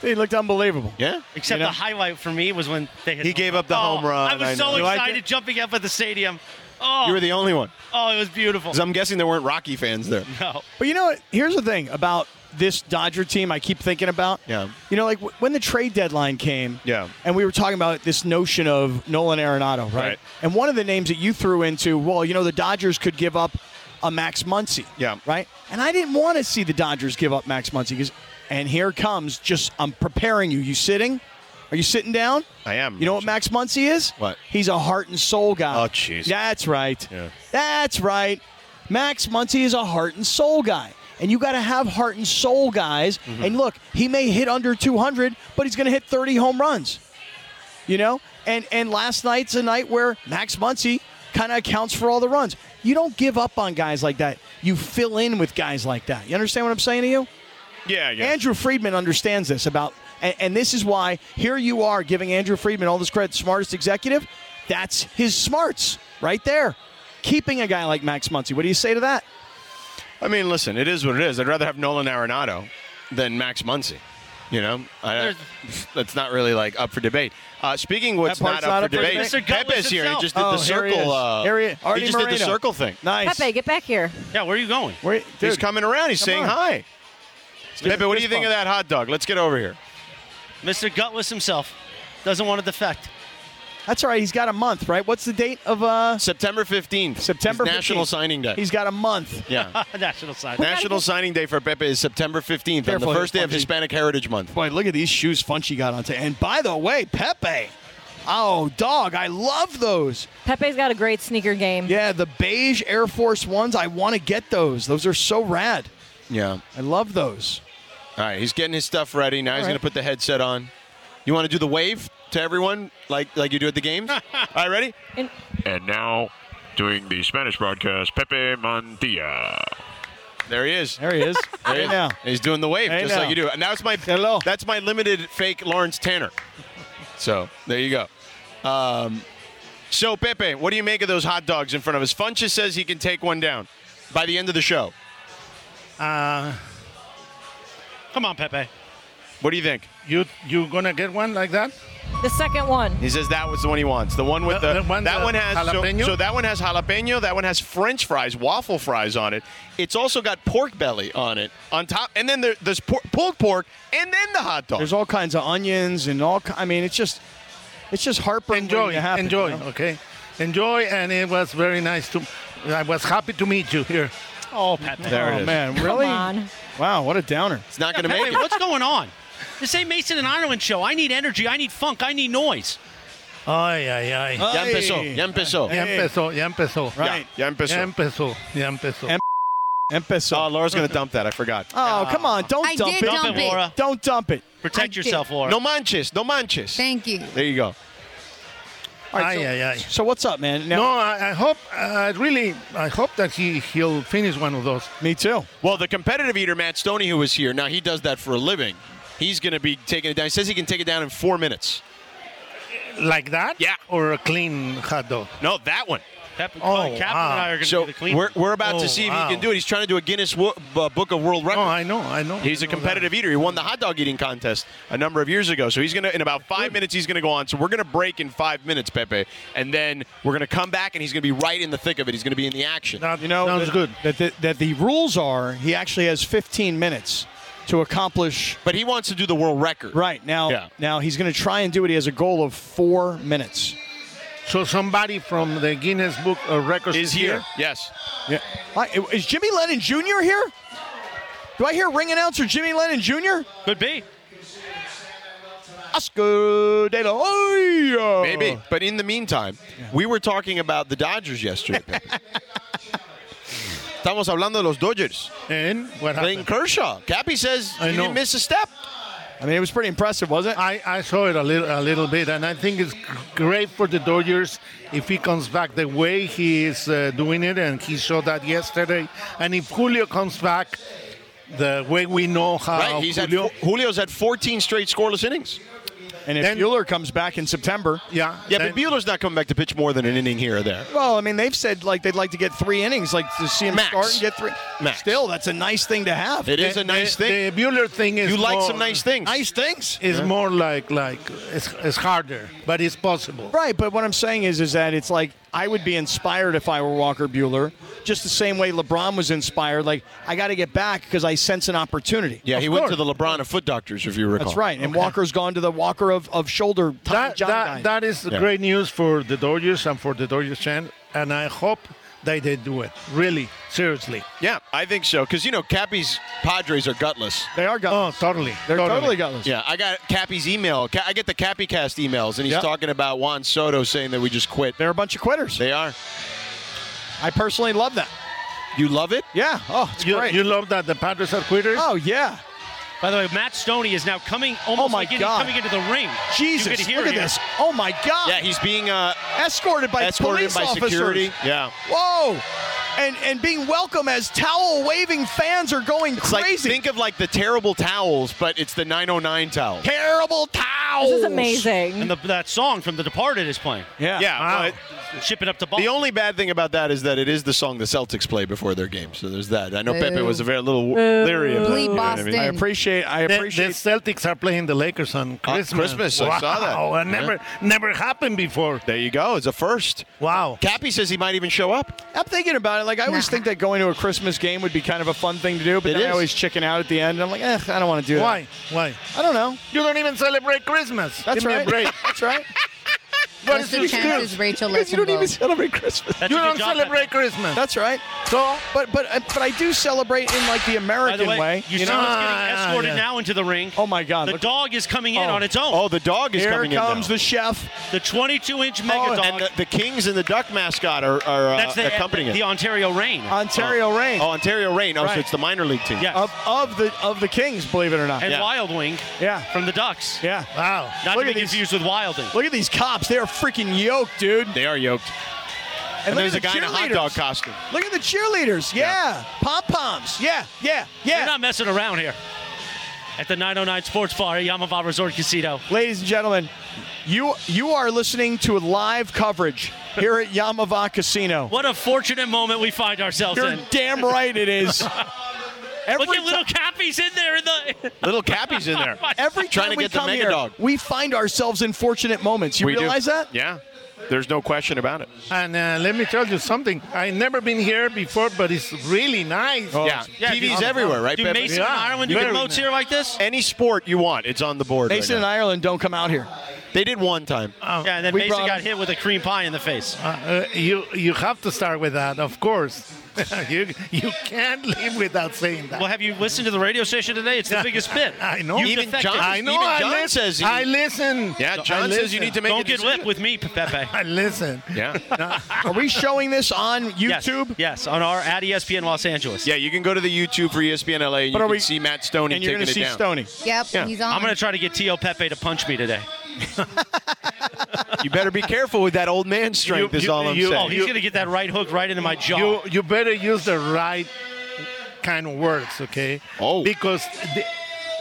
He looked unbelievable. Yeah. Except You know? the highlight for me was when they hit He gave up the home run, I was I know. so You liked excited jumping up at the stadium. Oh, You were the only one. Oh, it was beautiful. 'Cause I'm guessing there weren't Rocky fans there. No. But you know what? Here's the thing about this Dodger team. I keep thinking about. Yeah. You know, like w- when the trade deadline came. Yeah. And we were talking about this notion of Nolan Arenado, right? Right. And one of the names that you threw into, well, you know, the Dodgers could give up a Max Muncy. Yeah. Right. And I didn't want to see the Dodgers give up Max Muncy because And here comes just I'm preparing you. You sitting? Are you sitting down? I am. You know what Max Muncy is? What? He's a heart and soul guy. Oh, jeez. That's right. Yeah. That's right. Max Muncy is a heart and soul guy. And you got to have heart and soul guys. Mm-hmm. And look, he may hit under 200, but he's going to hit 30 home runs. You know? And and last night's a night where Max Muncy kind of accounts for all the runs. You don't give up on guys like that. You fill in with guys like that. You understand what I'm saying to you? Yeah, yeah. Andrew Friedman understands this about, and, and this is why here you are giving Andrew Friedman all this credit, smartest executive. That's his smarts right there. Keeping a guy like Max Muncy. What do you say to that? I mean, listen, it is what it is. I'd rather have Nolan Arenado than Max Muncy. You know, I, that's not really like up for debate. Uh, speaking of what's That part's not up, for debate, Mr. Gutless Pepe's here. He himself. just did Oh, the here he circle. is. uh, Here he- Artie he just did the Moreno. circle thing. Nice. Pepe, get back here. Yeah, where are you going? Where- He's dude, coming around. He's come saying on. hi. give Pepe, him what fist do you think of bump. that hot dog? Let's get over here. Mr. Gutless himself doesn't want to defect. That's all right. He's got a month, right? What's the date of uh, September 15th. September? is National 15th? Signing Day. He's got a month. yeah. National side. National Signing Day for Pepe is September 15th, Careful on the here, first day of Fonzie. Hispanic Heritage Month. Boy, look at these shoes Funchy got on today. And by the way, Pepe. Oh, dog, I love those. Pepe's got a great sneaker game. Yeah, the beige Air Force Ones. I want to get those. Those are so rad. Yeah. All I love those. right. He's getting his stuff ready. Now he's right. going to put the headset on. You want to do the wave to everyone like like you do at the games? All right, ready? And now, doing the Spanish broadcast, Pepe Montilla. There he is. There he is. There right he is. now. He's doing the wave Right just now. like you do. And that's my Hello. that's my limited fake Lawrence Tanner. So there you go. Um, so Pepe, what do you make of those hot dogs in front of us? Funches says he can take one down by the end of the show. Uh, Come on, Pepe. What do you think? you you gonna get one like that? The second one. He says that was the one he wants. The one with the, The- the one that the one has so- jalapeno? So, that one has jalapeno. That one has French fries, waffle fries on it. It's also got pork belly on it on top, and then there, there's por- pulled pork, and then the hot dog. There's all kinds of onions and all. ki- I mean, it's just, it's just heartburn. waiting Enjoy, to happen, enjoy, you know? okay, enjoy, and it was very nice to. I was happy to meet you here. Oh, Pepe. There oh it is. man, really? Come on. Wow, what a downer. It's not going Yeah, to Pepe, make it. what's going on? This ain't Mason and Ireland show. I need energy. I need funk. I need noise. Ay, ay, ay. Ya empezó. Ya empezó. Ya empezó, ya empezó. Right. Ya empezó. Ya empezó, ya empezó. Em- Oh, Empezó. Laura's going to dump that. I forgot. Oh, come on! Don't I dump did it. dump Dump it, it. Laura. Don't dump it. Protect I yourself, did. Laura. No manches. No manches. Thank you. There you go. All right, Ay, so, ay, ay. so what's up, man? Now, No, I, I hope. I really, I hope that he he'll finish one of those. me too. Well, the competitive eater Matt Stoney, who was here, now he does that for a living. He's going to be taking it down. He says he can take it down in four minutes. Like that? Yeah. Or a clean hot dog. No, that one. Pepe, Oh, wow. Captain and I are going to So do the clean. we're, we're about Oh, to see if wow. he can do it. He's trying to do a Guinness Wo- uh, Book of World No, Records. I know, I know. He's I a know competitive that. eater. He won the hot dog eating contest a number of years ago. So he's going to, in about five minutes, he's going to go on. So we're going to break in five minutes, Pepe. And then we're going to come back and he's going to be right in the thick of it. He's going to be in the action. That You know, sounds that- good. That the, that the rules are he actually has 15 minutes to accomplish. But he wants to do the world record. Right now, Yeah. now he's going to try and do it. He has a goal of four minutes. So somebody from the Guinness Book of Records Is here. Yes. Yeah. I, is Jimmy Lennon Jr. here? Do I hear ring announcer Jimmy Lennon Jr.? Could be. Oscar De La Hoya. Maybe. But in the meantime, we were talking about the Dodgers yesterday. Pepe. Estamos hablando de los Dodgers. And what Clayton happened? Kershaw. Cappy says I he know. didn't miss a step. I mean, it was pretty impressive, wasn't it? I, I saw it a little a little bit, and I think it's g- great for the Dodgers if he comes back the way he is uh, doing it, and he showed that yesterday. And if Julio comes back the way we know how, Right, he's Julio, had, Julio's had 14 straight scoreless innings. And if Then- Bueller comes back in September, yeah, Yeah, then- but Bueller's not coming back to pitch more than an inning here or there. well, I mean, they've said like they'd like to get three innings, like to see him Max. start and get three. Max. Still, that's a nice thing to have. It is the- a nice the- thing. The Bueller thing is You like more- some nice things. Nice things. Is more like like it's, it's harder, but it's possible. Right, but what I'm saying is, is that it's like I would be inspired if I were Walker Bueller, just the same way LeBron was inspired. Like I got to get back because I sense an opportunity. Yeah, he Of went course. to the LeBron of foot doctors, if you recall. That's right. And Walker's gone to the Walker of, of shoulder. Tommy that, John that, guy. that is Yeah. great news for the Dodgers and for the Dodgers fan, and I hope they did do it. Really, seriously. Yeah, I think so. Because you know, Cappy's Padres are gutless. They are gutless. Oh, totally. They're totally, totally gutless. Yeah, I got Cappy's email. Ca- I get the CappyCast emails, and he's Yep. talking about Juan Soto saying that we just quit. They're a bunch of quitters. They are. I personally love that. You love it? Yeah. Oh, it's You, great. you love that the Padres are quitters? oh yeah. By the way, Matt Stoney is now coming almost Oh, my like in- God. coming into the ring. you Jesus, could hear look it at here. this. Oh my God. Yeah, he's being uh, escorted by escorted police by officers. security. Yeah. Whoa. And and being welcome as towel waving fans are going It's like crazy. think of like the terrible towels, but it's the 909 towel. Terrible towels. This is amazing. And the, that song from The Departed is playing. Yeah. Yeah. but Ship it up to Boston. the only bad thing about that is that it is the song the Celtics play before their game. So there's that. I know Pepe Boo. was a very little w- Boo. leery of that. Bleep you know what I mean? Uh, Boston. I appreciate. I The, appreciate. the Celtics are playing the Lakers on Christmas. Christmas, wow, I saw that. Wow, Yeah. never, never happened before. There you go. It's a first. Wow. Cappy says he might even show up. I'm thinking about it. Like I always think that going to a Christmas game would be kind of a fun thing to do, but It then I is. always chicken out at the end. And I'm like, eh, I don't want to do Why? Why? that. I don't know. You don't even celebrate Christmas. That's Give me a right. break. That's right. What What's is the your excuse? chances Rachel lets you him don't go? even celebrate Christmas. That's You a good don't job, celebrate Pepe. Christmas. That's right. So, but but but I do celebrate in like the By the American way, way. you, you see know? what's Ah, getting escorted yeah. now into the ring. Oh my God! the look- dog is coming in Oh. on its own. Oh, the dog is Here coming comes in. the chef. the 22-inch mega Oh, dog. now. and the, the Kings and the Duck mascot are, are uh, that's the, accompanying the, it. Ontario Reign. Ontario Reign Oh, Ontario Reign. Oh, Right. so it's the minor league team. Yes. of, of the of the Kings, believe it or not. and yeah. Wild Wing Yeah. from the Ducks. Yeah. Wow. Not Look to be at these- confused with Wilding. Look at these cops. They are freaking yoked, dude. They are yoked. And, look there's at a guy the in a hot cheerleaders. dog costume. Look at the cheerleaders. Yeah. Pom poms. Yeah. Yeah. They're Yeah. not messing around here. At the 909 Sports Bar at Yamava Resort Casino. Ladies and gentlemen, you you are listening to live coverage here at Yamava Casino. What a fortunate moment we find ourselves You're in. damn right it is. Every Look at ti- little Cappy's in there in the Little Cappy's in there. Every Trying time to we get the come mega here, dog. we find ourselves in fortunate moments. You We do. realize that? Yeah. There's no question about it. And uh, let me tell you something. I never been here before, but it's really nice. Oh. yeah. TV's dude. everywhere, right? Do Pepe? Mason Yeah. and Ireland do Very remotes here like this? Any sport you want, it's on the board. Mason right and now. Ireland don't come out here. They did one time. Oh. yeah, and then we Mason brought got him. hit with a cream pie in the face. Uh, uh, you you have to start with that, of course. you you can't live without saying that. Well, have you listened to the radio station today? It's the biggest bit. I know. You've Even defected. John- I know. Even I John lis- says he- I listen. Yeah, I John says you listen. need to make a Don't get decision. whipped with me, Pepe. I listen. Yeah. Are we showing this on Yes, YouTube? Yes, on our at E ESPN Los Angeles. Yeah, you can go to the YouTube for E ESPN LA and But you are can we- see Matt Stoney And you're taking going to it see Stoney. down. Yep, he's on. I'm going to try to get Tio Pepe to punch me today. You better be careful with that old man strength. You- is you- all I'm you- Oh, saying. he's going to get that right hook right into my jaw. You you better use the right kind of words, okay? Oh. Because the,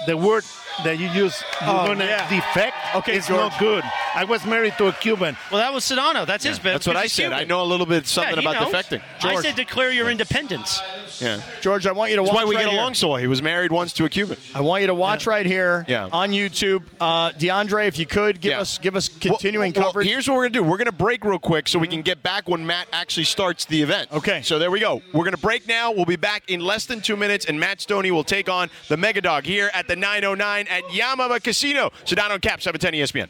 the word that you use, you're Oh, gonna yeah. defect. Okay, it's George. not good. I was married to a Cuban. well, that was Sedano. That's his bet. That's what I He's said. human. I know a little bit something Yeah, he about knows. defecting. I George. said declare your independence. yeah. George, I want you to That's watch why we right get here. along so well. He was married once to a Cuban. I want you to watch right here Yeah. on YouTube. Uh, DeAndre, if you could give Yeah. us give us continuing well, well, coverage. here's what we're gonna do. We're gonna break real quick so we can get back when Matt actually starts the event. Okay. So there we go. We're gonna break now. We'll be back in less than two minutes, and Matt Stoney will take on the Mega Dog here at the 909 at Yamama Casino. Sedano Cap E 710 ESPN.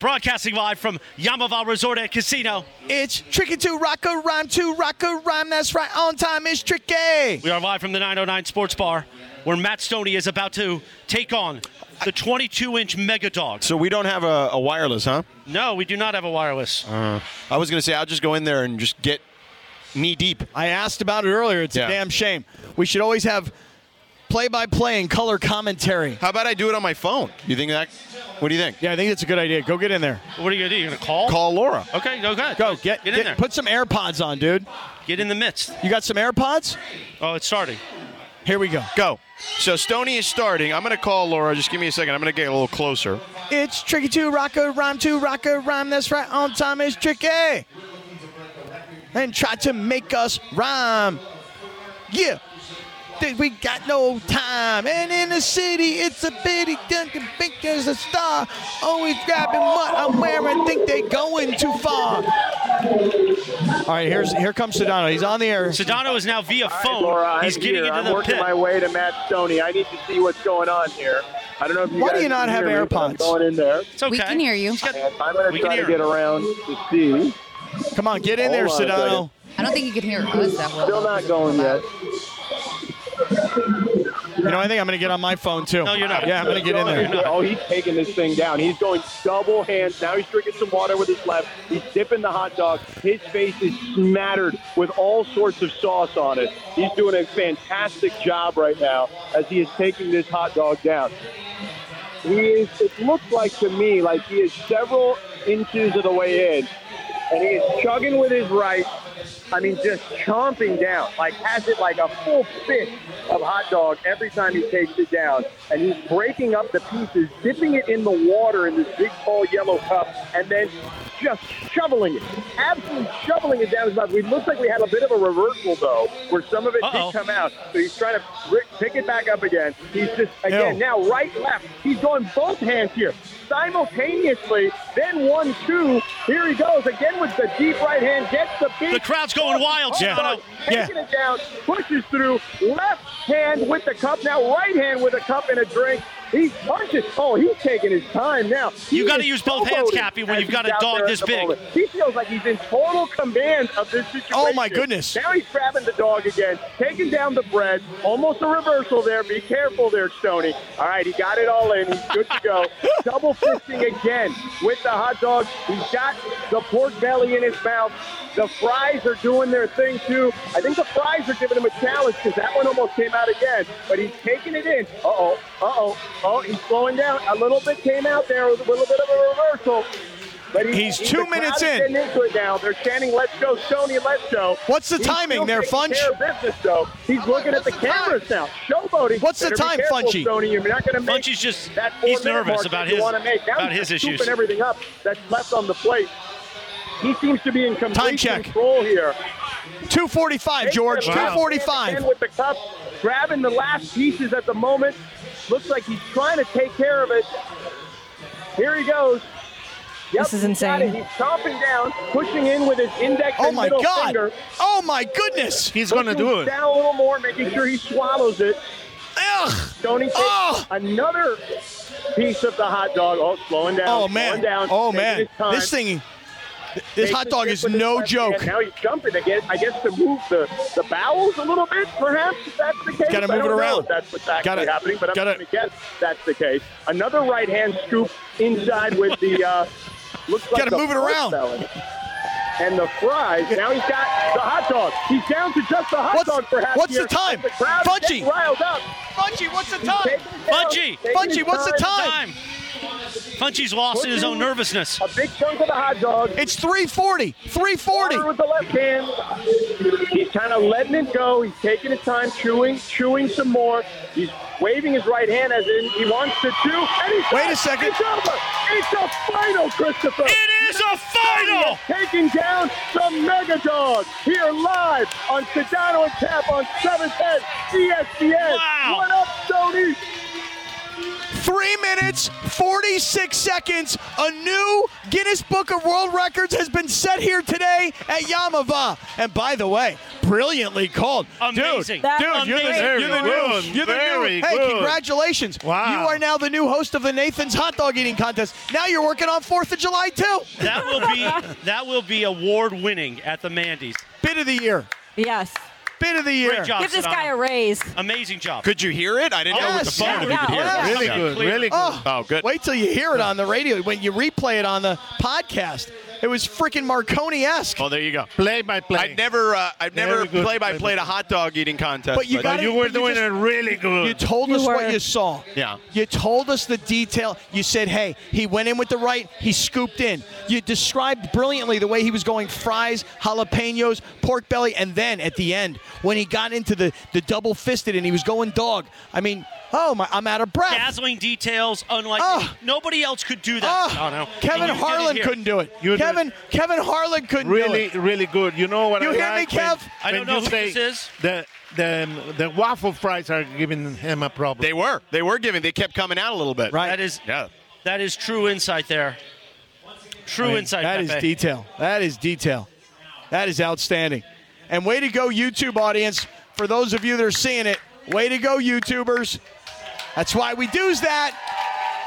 Broadcasting live from Yamava Resort and Casino. it's tricky to rock a rhyme to rock a rhyme. That's right on time is tricky. We are live from the 909 Sports Bar, where Matt Stoney is about to take on the 22-inch mega dog. So we don't have a, a wireless, huh? Uh, No, we do not have a wireless. I was gonna say I'll just go in there and just get knee deep. I asked about it earlier. It's Yeah. a damn shame. We should always have play by play and color commentary. How about I do it on my phone? You think that? What do you think? Yeah, I think that's a good idea. Go get in there. What are you gonna do? You're gonna call? Call Laura. Okay, go ahead. Go get, get, in there. Put some AirPods on, dude. get in the midst. You got some AirPods? Oh, it's starting. Here we go. Go. So Stoney is starting. I'm going to call Laura. Just give me a second. I'm going to get a little closer. It's tricky to rock a rhyme to rock a rhyme. That's right on time is tricky. And try to make us rhyme. Yeah. Th- We got no time. And in the city, it's a bitty Duncan Baker's a star. Always grabbing what I'm wearing. Think they going too far. All right, here's here comes Sedano. He's on the air. Sedano is now via phone. Laura, He's I'm getting here. into I'm the working pit. my way to Matt Stoney. I need to see what's going on here. I don't know if you Why do guys you not can have hear me, but I'm AirPods? going in there, It's okay. We can hear you. He's got- and I'm going We to can try hear to get him. around to see Come on, get in Hold there, on a Sedano. I don't think you can hear us that well. Still not going yet. You know, I think I'm going to get on my phone too. No, you're not. Yeah, I'm going to get in He's going- there. Oh, he's taking this thing down. He's going double hands. Now he's drinking some water with his left. He's dipping the hot dog. His face is smattered with all sorts of sauce on it. He's doing a fantastic job right now as he is taking this hot dog down. He is, it looks like to me, like he is several inches of the way in. And he is chugging with his right. I mean, just chomping down. Like, has it like a full fist of hot dog every time he takes it down. And he's breaking up the pieces, dipping it in the water in this big, tall yellow cup, and then just shoveling it. Absolutely shoveling it down his mouth. We looked like we had a bit of a reversal, though, where some of it Uh-oh. did come out. So he's trying to ri- pick it back up again. He's just, again, Ew. now right, left. He's going both hands here simultaneously. Then one, two. Here he goes again with the deep right hand. Gets the big. The crowd's going wild, Hold Sedano. on. oh, Taking it down, pushes through. Left hand with the cup. Now right hand with a cup and a drink. He's punches. Oh, he's taking his time now. You He gotta is use both hands, showboating Cappy, when as you've got he's a out dog there at this the big. moment. He feels like he's in total command of this situation. Oh, my goodness. Now he's grabbing the dog again, taking down the bread. Almost a reversal there. Be careful there, Stoney. All right, he got it all in. He's good to go. Double fisting again with the hot dog. He's got the pork belly in his mouth. The fries are doing their thing too. I think the fries are giving him a challenge because that one almost came out again. But he's taking it in. Uh oh. Uh oh. Oh, he's slowing down. A little bit came out there. with a little bit of a reversal. But he, He's he- two the crowd minutes is in. getting into it now. They're chanting, "Let's go, Stoney! Let's go!" What's the He's timing still there, taking Funch? care of business, though. He's looking at the cameras now, showboating. What's the Better be time, careful, Funchy? Stoney. You're not going to make Funchy's just- that he's four-minute nervous mark about that you his- wanna make. Now about he's his just issues. scooping everything up that's left on the plate. He seems to be in complete Time check. control here. 245, George. Takes it left hand 245. With the cup, grabbing the last pieces at the moment. Looks like he's trying to take care of it. Here he goes. Yep, This is he's got it. insane. He's chomping down, pushing in with his index Oh and my middle God. finger. Oh my goodness. He's going to do it. Down a little more, making sure he swallows it. Ugh. Stoney takes Oh. another piece of the hot dog. Oh, slowing down. Oh slowing man. Down, Oh taking man. his time. This thing. This Takes hot a dog sip is with his no left joke. hand. Now he's jumping again. I guess to move the, the bowels a little bit, perhaps if that's the case. Gotta I move don't it know around. if that's what's actually Gotta- happening, but I'm gotta- going to guess that's the case. Another right hand scoop inside with the uh, looks like Gotta the move it pork around. belly. And the fries. Now he's got the hot dog. He's down to just the hot What's- dog, perhaps. what's the here, time? as The crowd is Fudgy. getting riled up. Funchy, what's the He's time? taking it down, Fudgy. taking Fudgy, his what's the time? Time. Funchy's lost in his own nervousness. A big chunk of the hot dog. It's 340. 340. Carter with the left hand. He's kind of letting it go. He's taking his time, chewing, chewing some more. He's waving his right hand as in he wants to chew. And he's Wait a second. It's over. It's a final, Christopher. It is a He final. is Taking down the Mega Dog here live on Sedano and Tap on E 710 ESPN. Wow. What up, Sony? Three minutes, 46 seconds. A new Guinness Book of World Records has been set here today at Yamava. And by the way, brilliantly called. Amazing. Dude, That dude was you're the, very you're the good. new. You're the Very new. Hey, good. congratulations. Wow. You are now the new host of the Nathan's Hot Dog Eating Contest. Now you're working on 4th of July, too. That will be that will be award winning at the Mandy's. Bit of the year. Yes. Bit of the year. Great job, Give this Sedano. guy a raise. Amazing job. Could you hear it? I didn't Oh, know with the Yes. phone Yeah, if yeah, you could hear yeah. it. Really Yeah. good. Really good. Oh, Oh, good. Wait till you hear it on the radio when you replay it on the podcast. It was freaking Marconi esque. Well, there you go. Play by play. I've never, uh, I've Very never good. play by play a hot dog eating contest. But you got you were doing just- it really good. You told You us were. what you saw. Yeah. You told us the detail. You said, hey, he went in with the right, he scooped in. You described brilliantly the way he was going fries, jalapenos, pork belly, and then at the end, when he got into the, the double fisted and he was going dog. I mean, oh, my, I'm out of breath. Dazzling details, unlike Ah. nobody else could do that. Oh, I don't know. Kevin Harlan couldn't do it. You did Kevin Kevin Harlan couldn't do really, it. really good. You know what You I hear me, like Kev? When, I don't when know you who say this is. The, the, the waffle fries are giving him a problem. They were. They were giving. They kept coming out a little bit. Right. That is Yeah. that is true insight there. True insight. That is Pepe. detail. That is detail. That is outstanding. And way to go, YouTube audience. For those of you that are seeing it, way to go, YouTubers. That's why we do's that.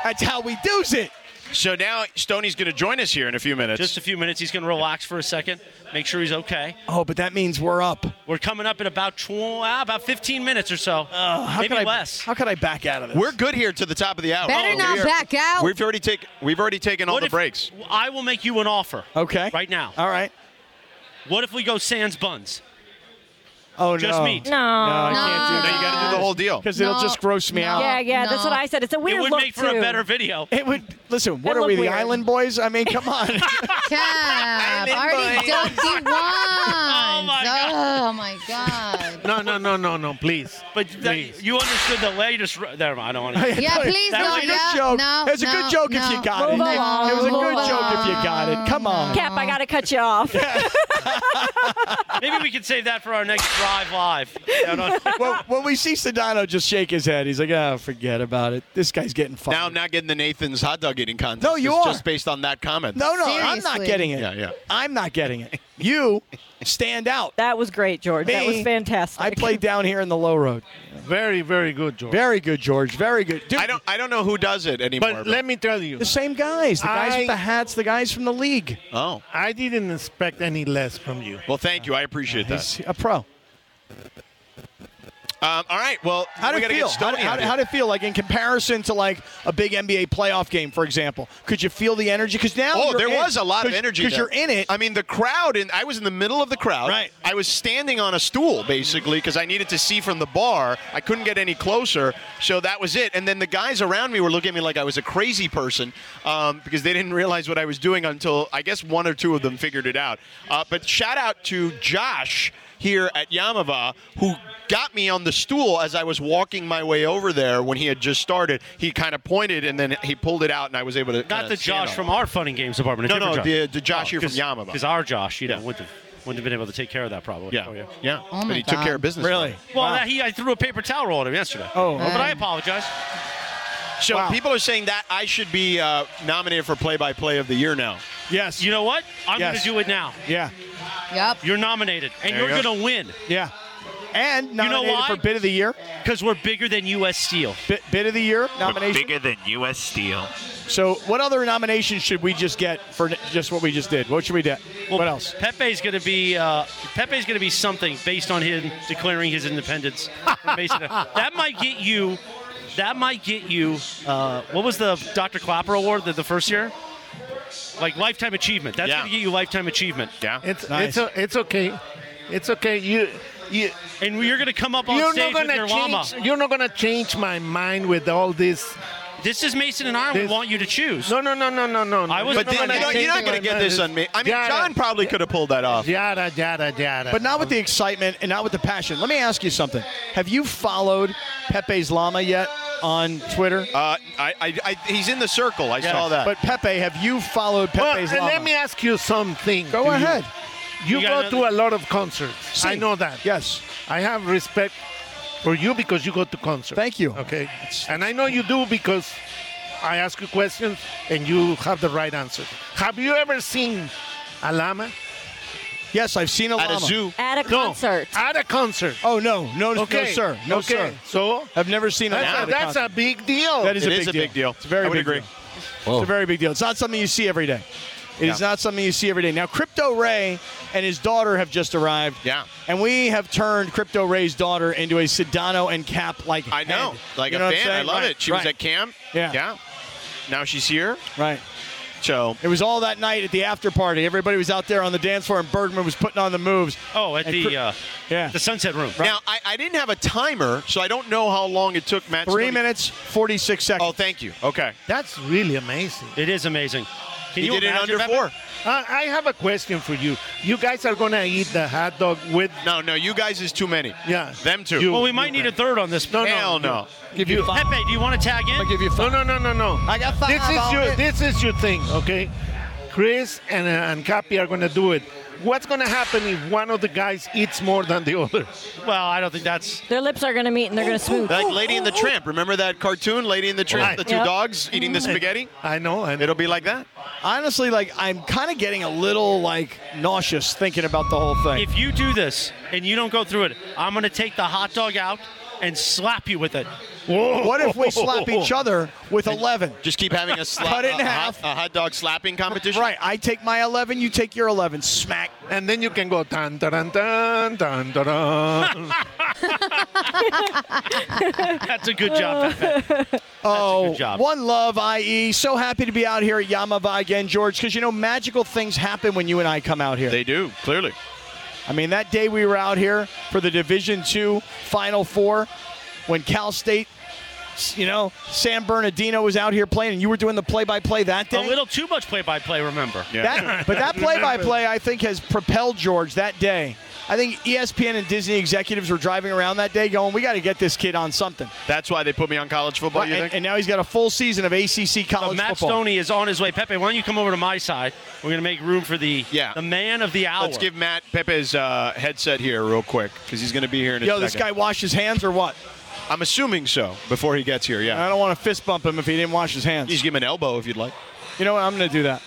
That's how we do's it. So now Stoney's going to join us here in a few minutes. Just a few minutes. He's going to relax for a second, make sure he's okay. Oh, but that means we're up. We're coming up in about tw- ah, about 15 minutes or so. Uh, how Maybe could less. I, how could I back out of this? We're good here to the top of the hour. Better Oh, not we are- back out. We've already taken we've already taken all What the if- breaks. I will make you an offer. Okay. Right now. All right. What if we go sans buns? Oh Just no. meat. No. I can't do No. that. You got to do the whole deal. Because No. it'll just gross me No. out. Yeah, yeah, that's No. what I said. It's a weird it would look make for too. a better video. It would listen. What It are we, looked the weird. Island Boys? I mean, come on. Cap, already dunked he won. Oh my God. my God. No, no, no, no, no, please. But that, Please. you understood the latest. r- Never mind. I don't want to. Yeah, please That don't. was a good yeah, joke. No, it was a no, good joke no. if you got it. Move along, It was a good move joke if you got it. Come on. Cap, I gotta cut you off. Maybe we could save that for our next drive live. No, no. well, when we see Sedano just shake his head, he's like, "Oh, forget about it. This guy's getting fired." Now I'm not getting the Nathan's hot dog eating contest. No, you It's are. just based on that comment. no, no, I'm not Seriously. getting it. Yeah, yeah. I'm not getting it. You stand out. that was great, George. that was Me, fantastic. I played down here in the low road. Very, very good, George. Very good, George. Very good. Dude, I don't I don't know who does it anymore. but let me tell you, the same guys. The guys I- with the hats. The guys from the league. oh. I didn't expect any less from you. Well, thank you. I appreciate that. He's a pro. Um, all right. Well, How did we it gotta feel? Get How, Stoney how, out of how here. did it feel? Like in comparison to like a big NBA playoff game, for example, could you feel the energy? Because now Oh, you're there in- was a lot of cause- energy because there. you're in it. I mean, the crowd, and I was in the middle of the crowd. Right. I was standing on a stool basically because I needed to see from the bar. I couldn't get any closer, so that was it. And then the guys around me were looking at me like I was a crazy person um, because they didn't realize what I was doing until I guess one or two of them figured it out. Uh, but shout out to Josh here at Yamava who got me on the stool as I was walking my way over there when he had just started. He kind of pointed and then he pulled it out, and I was able to. Not kinda the stand Josh on it. from our fun and games department. No, no, the, the Josh here from Yamava. Because Oh, our Josh, you know, wouldn't have, wouldn't have been able to take care of that probably. Yeah, Oh, yeah. Oh but my he took God. care of business. Really? Well, that, he I threw a paper towel roll at him yesterday. Oh, but okay. I apologize. So Wow. people are saying that I should be uh, nominated for play-by-play of the year now. Yes. You know what? I'm Yes. going to do it now. yeah. Yep. You're nominated, and There you you're go. going to win Yeah. And know nominated why? for bid of the year. because we're bigger than U.S. Steel. Bit, bid of the year nomination. Bigger than U.S. Steel. So, what other nominations should we just get for n- just what we just did? What should we get? what else? Pepe's going to be uh, Pepe's going to be something based on him declaring his independence. from Mason. that might get you. That might get you. Uh, what was the Dr. Clapper Award the, the first year? Like lifetime achievement. That's Yeah. going to get you lifetime achievement. Yeah. It's Nice. it's o- it's okay. It's okay. You you And you're going to come up on you're stage not with gonna your llama. change. You're not gonna change my mind with all this. This is Mason and I. We This- want you to choose. No, no, no, no, no, no. I no. was- But No, then, no, you no, know, I you're not think going to get this on me. I mean, Yeah, John yeah. probably could have pulled that off. Yada yada yada. But not with the excitement and not with the passion. Let me ask you something. Have you followed Pepe's Llama yet on Twitter? Uh, I, I, I, he's in the circle. I saw that. But Pepe, have you followed Well, Pepe's and Llama? let me ask you something. Go to you. ahead. You, You got go to a lot of concerts. I See. know that. Yes. I have respect for you because you go to concerts. Thank you. Okay. And I know you do because I ask you questions and you have the right answers. Have you ever seen a llama? Yes, I've seen a at llama. a zoo. At a No. concert. At a concert. Oh no, no, Okay. no, sir, no, okay. sir. So I've never seen a that's, llama. a, that's a big deal. that is, It a, is big a big deal. It's a very I would big agree. deal. It's a very big deal. It's not something you see every day. It is Yeah. not something you see every day. Now, Crypto Ray and his daughter have just arrived. Yeah. And we have turned Crypto Ray's daughter into a Sedano and Cap like. I know. Like a fan. I love it. She was at camp. Yeah. Yeah. Now she's here. Right. So It was all that night at the after party. Everybody was out there on the dance floor, and Bergman was putting on the moves. Oh, at And the Cri- uh, yeah. the Sunset Room. now I, I didn't have a timer, so I don't know how long it took Matt. Three Stoney- minutes, 46 seconds. Oh, thank you. Okay. That's really amazing. It is amazing. Can He you did it imagine under that? four. Uh, I have a question for you. You guys are gonna eat the hot dog with No, no, you guys is too many. Yeah. Them two. You- Well, we might need a third on this. No, no, Hell you- no. give you five. Pepe, do you want to tag in? I'll give you five. No, no, no, no, no. I got five This is your already. this is your thing, okay? Chris and uh, and Cappy are gonna do it. What's gonna happen if one of the guys eats more than the other? Well, I don't think that's. Their lips are gonna meet and they're gonna smooch. Like Lady and the Tramp. Remember that cartoon, Lady and the Tramp? Right. The two Yep. dogs eating the spaghetti? I know. I know. It'll be like that. Honestly, like I'm kind of getting a little like nauseous thinking about the whole thing. If you do this and you don't go through it, I'm going to take the hot dog out. and slap you with it. Whoa. What if we slap each other with and 11? Just keep having a slap. Cut it in a, half. Hot, a hot dog slapping competition? Right. I take my 11, you take your 11. Smack. And then you can go dun dun dun dun dun. dun. That's a good job, Pepe. Uh, Oh, good job. one love, IE. So happy to be out here at Yamava again, George, because you know, magical things happen when you and I come out here. They do, clearly. I mean, that day we were out here for the Division Two Final Four when Cal State, you know, San Bernardino was out here playing, and you were doing the play-by-play that A day. little too much play-by-play, remember? That, but that play-by-play, I think, has propelled George that day. I think E ESPN and Disney executives were driving around that day, going, "We got to get this kid on something." That's why they put me on college football, you and, think? and now he's got a full season of ACC But college Matt football. Stoney is on his way. Pepe, why don't you come over to my side? We're going to make room for the Yeah. the man of the hour. Let's give Matt Pepe's uh, headset here real quick because he's going to be here in a Yo, second. this guy washed his hands or what? I'm assuming so before he gets here, yeah. I don't want to fist bump him if he didn't wash his hands. You just give him an elbow if you'd like. You know what? I'm going to do that.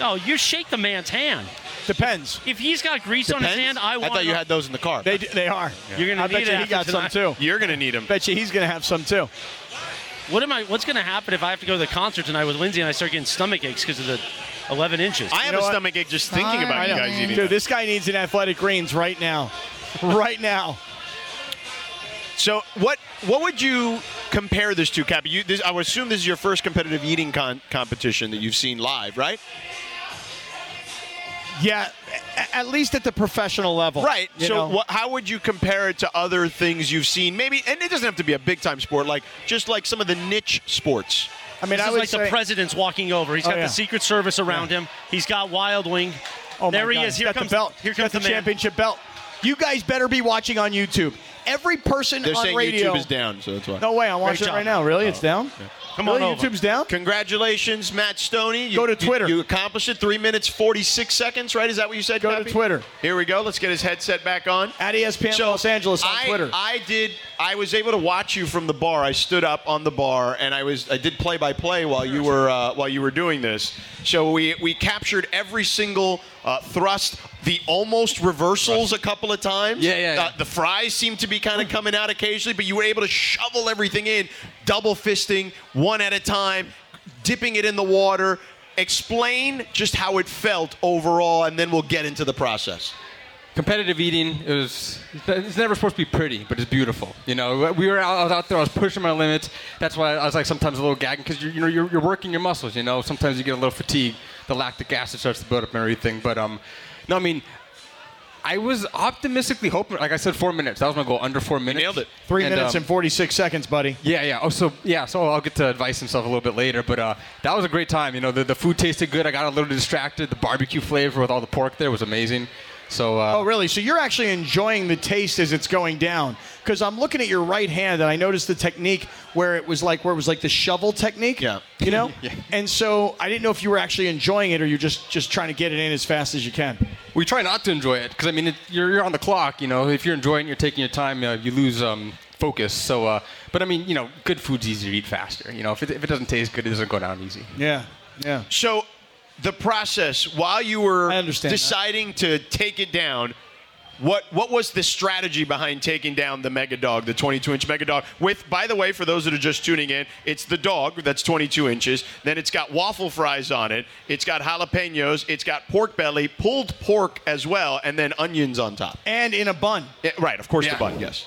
No, you shake the man's hand. Depends. If he's got grease on his hand, I want. thought you it on- had those in the car. They d- they are. You're gonna I bet need you it he after got some tonight. too. You're going to need him. Bet you he's going to have some too. What am I? What's going to happen if I have to go to the concert tonight with Lindsay and I start getting stomach aches because of the 11 inches? I have know a what? stomach ache just thinking about you guys eating. Dude, this guy needs an athletic greens right now. right now. So what what would you compare this to, Cappy? You, this, I would assume this is your first competitive eating con- competition that you've seen live, right? Yeah, a- at least at the professional level. Right. you so know? what, how would you compare it to other things you've seen? Maybe, and it doesn't have to be a big time sport, like just like some of the niche sports. I mean, This I is would like the say- president's walking over. He's Oh, got yeah. the Secret Service around him. He's got Wild Wing. Oh there my he God. is. He's Here got comes the belt. Here He's comes got the, man. championship belt. You guys better be watching on YouTube. Every person They're on saying radio. YouTube is down, so that's why. Oh, No way, I'm watching it job. right now. Really, it's down. Come on Really, over. YouTube's down. Congratulations, Matt Stoney. You, Go to you- Twitter. You, accomplished it. Three minutes, 46 seconds, right? Is that what you said, Go to Cappy? Twitter. Here we go. Let's get his headset back on. At E ESPN Los Angeles on I, Twitter. I did. I was able to watch you from the bar. I stood up on the bar and I was. I did play by play while you were uh, while you were doing this. So we we captured every single uh, thrust. The almost reversals a couple of times. Yeah, yeah, yeah. Uh, the fries seemed to be kind of coming out occasionally, but you were able to shovel everything in, double fisting one at a time, dipping it in the water. Explain just how it felt overall, and then we'll get into the process. competitive eating it was it's never supposed to be pretty but it's beautiful you know we were out, I was out there i was pushing my limits that's why i was like sometimes a little gagging because you're, you know you're, you're working your muscles you know sometimes you get a little fatigued the lactic acid starts to build up and everything but um no i mean i was optimistically hoping like i said four minutes that was my goal under four minutes nailed it. Three And, minutes um, and 46 seconds, buddy. yeah, yeah. Oh, so yeah. So I'll get to advice himself a little bit later. But uh, that was a great time. You know, the, the food tasted good. I got a little distracted. The barbecue flavor with all the pork there was amazing. So uh, Oh, really? So you're actually enjoying the taste as it's going down? Because I'm looking at your right hand, and I noticed the technique where it was like where it was like the shovel technique. Yeah. You know. And so I didn't know if you were actually enjoying it or you're just just trying to get it in as fast as you can. we try not to enjoy it because I mean it, you're, you're on the clock. You know, if you're enjoying, it, you're taking your time. Uh, you lose um, focus. So, uh, but I mean, you know, good food's easier to eat faster. You know, if it, if it doesn't taste good, it doesn't go down easy. Yeah. Yeah. So the process while you were I understand that. deciding to take it down, what what was the strategy behind taking down the mega dog, the 22 inch mega dog? With by the way, for those that are just tuning in, it's the dog that's 22 inches. Then it's got waffle fries on it. It's got jalapenos. It's got pork belly, pulled pork as well, and then onions on top. And in a bun. Yeah, right, of course Yeah. the bun. Yes.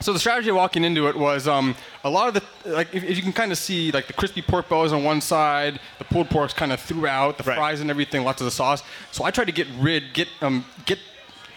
So the strategy of walking into it was um, a lot of the like if, if you can kind of see like the crispy pork bellies on one side, the pulled porks kind of throughout, the Right. fries and everything, lots of the sauce. So I tried to get rid, get um, get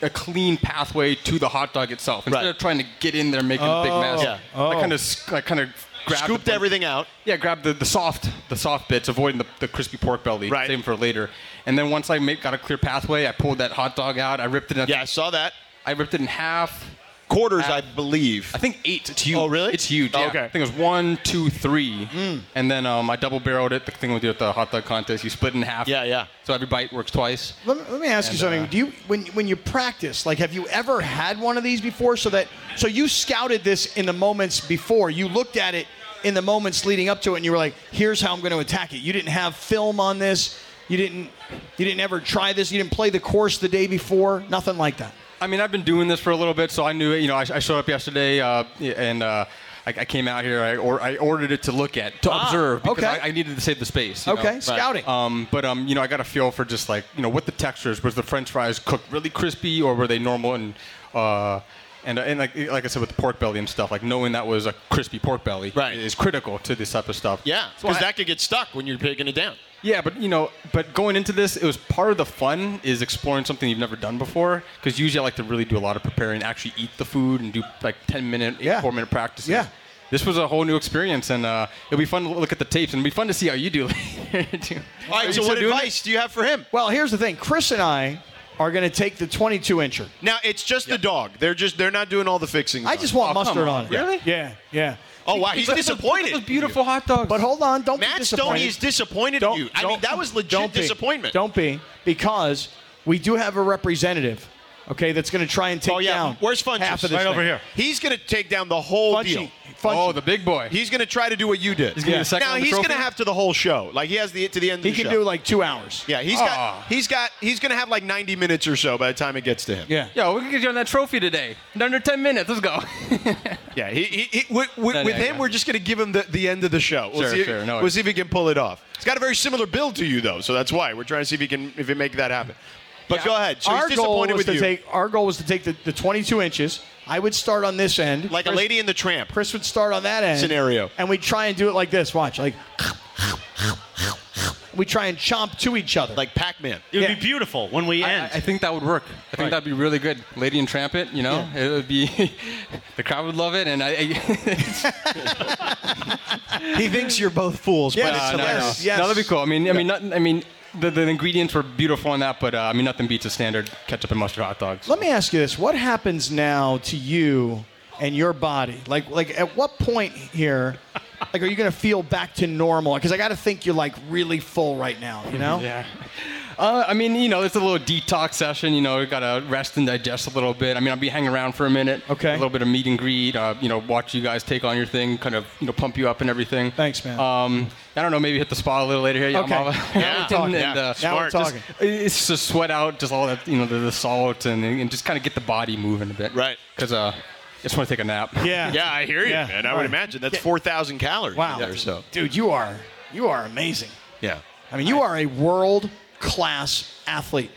a clean pathway to the hot dog itself instead Right. of trying to get in there making a big mess. Yeah. I kind of I kind of grabbed Scooped the- everything out. Yeah, grab the, the soft the soft bits, avoiding the, the crispy pork belly, Right. save for later. And then once I make, got a clear pathway, I pulled that hot dog out, I ripped it. In, Yeah, I saw that. I ripped it in half. Quarters, Uh, I believe. I think eight. It's huge. Oh, really? It's huge. Oh, yeah. okay. Hmm. I think it was one, two, three, and then um, I double barreled it. The thing we do at the hot dog contest, you split it in half. Yeah, yeah. So every bite works twice. Let me, let me ask you And, something. uh, Do you when when you practice, like have you ever had one of these before? So that so you scouted this in the moments before. You looked at it in the moments leading up to it, and you were like, "Here's how I'm going to attack it." You didn't have film on this. You didn't you didn't ever try this. You didn't play the course the day before. Nothing like that. I mean, I've been doing this for a little bit, so I knew it. You know, I, I showed up yesterday uh, and uh, I, I came out here. I, or, I ordered it to look at, to Ah, observe, because okay. I, I needed to save the space. you Okay, know, but, scouting. Um, but um, you know, I got a feel for just like you know what the textures was. The French fries cooked really crispy, or were they normal and uh, and and like like I said with the pork belly and stuff, like knowing that was a crispy pork belly is critical to this type of stuff. Yeah, because that could get stuck when you're picking it down. Yeah, but you know, but going into this, it was part of the fun is exploring something you've never done before. Because usually I like to really do a lot of preparing, actually eat the food and do like ten minute, four minute practices. Yeah. This was a whole new experience, and uh, it'll be fun to look at the tapes, and it'll be fun to see how you do. later, too. All right, Are you so still what doing advice it? do you have for him? Well, here's the thing. Chris and I are going to take the 22 incher. Now it's just the dog. They're just they're not doing all the fixings. I just want Oh, come mustard on. it. Yeah. Yeah, yeah. Oh wow, he's disappointed. beautiful hot dogs. But hold on, don't be Matt disappointed. Stoney is disappointed Don't- in you. I don't- mean, that was legit don't be. disappointment. Don't be, because we do have a representative, okay, that's going to try and take down Oh, Where's Funches? half of this thing. He's going to take down the whole Funchy. deal. Funchy. Oh, the big boy. He's going to try to do what you did. He's gonna be the second now on the he's going to trophy? have to the whole show. Like he has the to the end. He of the can show. do like two hours. Yeah, he's Aw. got he's got he's going to have like 90 minutes or so by the time it gets to him. Yeah. Yo, we can get you on that trophy today. In under ten minutes, let's go. Yeah, he, he, he, with, with, No, no, with yeah. him, we're just going to give him the, the end of the show. We'll, Sure, see, sure, no we'll worries. see if he can pull it off. He's got a very similar build to you, though, so that's why we're trying to see if he can if he make that happen. But go ahead. So our he's goal disappointed was with to you. take our goal was to take the, the 22 inches. I would start on this end, like a Chris- lady in the tramp. Chris would start on that end Scenario. and we try and do it like this. Watch, like we try and chomp to each other. Like Pac-Man. It would be beautiful when we I, end. I think that would work. I think that'd be really good. Lady and Tramp it, you know, it would be the crowd would love it, and I. he thinks you're both fools. No, no, no. No, that'd be cool. I mean, I mean, not, I mean, the, the ingredients were beautiful in that, but uh, I mean, nothing beats a standard ketchup and mustard hot dogs. Let me ask you this: What happens now to you and your body? Like, like at what point here? Like, are you gonna feel back to normal? Because I got to think you're like really full right now. You know? Yeah. Uh, I mean, you know, it's a little detox session. You know, we gotta rest and digest a little bit. I mean, I'll be hanging around for a minute. Okay. A little bit of meet and greet. Uh, you know, watch you guys take on your thing, kind of, you know, pump you up and everything. Thanks, man. Um, I don't know, maybe hit the spa a little later here. Yeah, Okay. I'm all- Now we're talking. And, uh, Now we're just- talking. it's just sweat out, just all that, you know, the, the salt and, and just kind of get the body moving a bit. Right. Because uh, I just want to take a nap. yeah, I hear you, Yeah. man. I would Right. imagine that's Yeah. 4,000 calories Wow. there, so. Dude, you are you are amazing. Yeah. I mean, you are a world class athlete.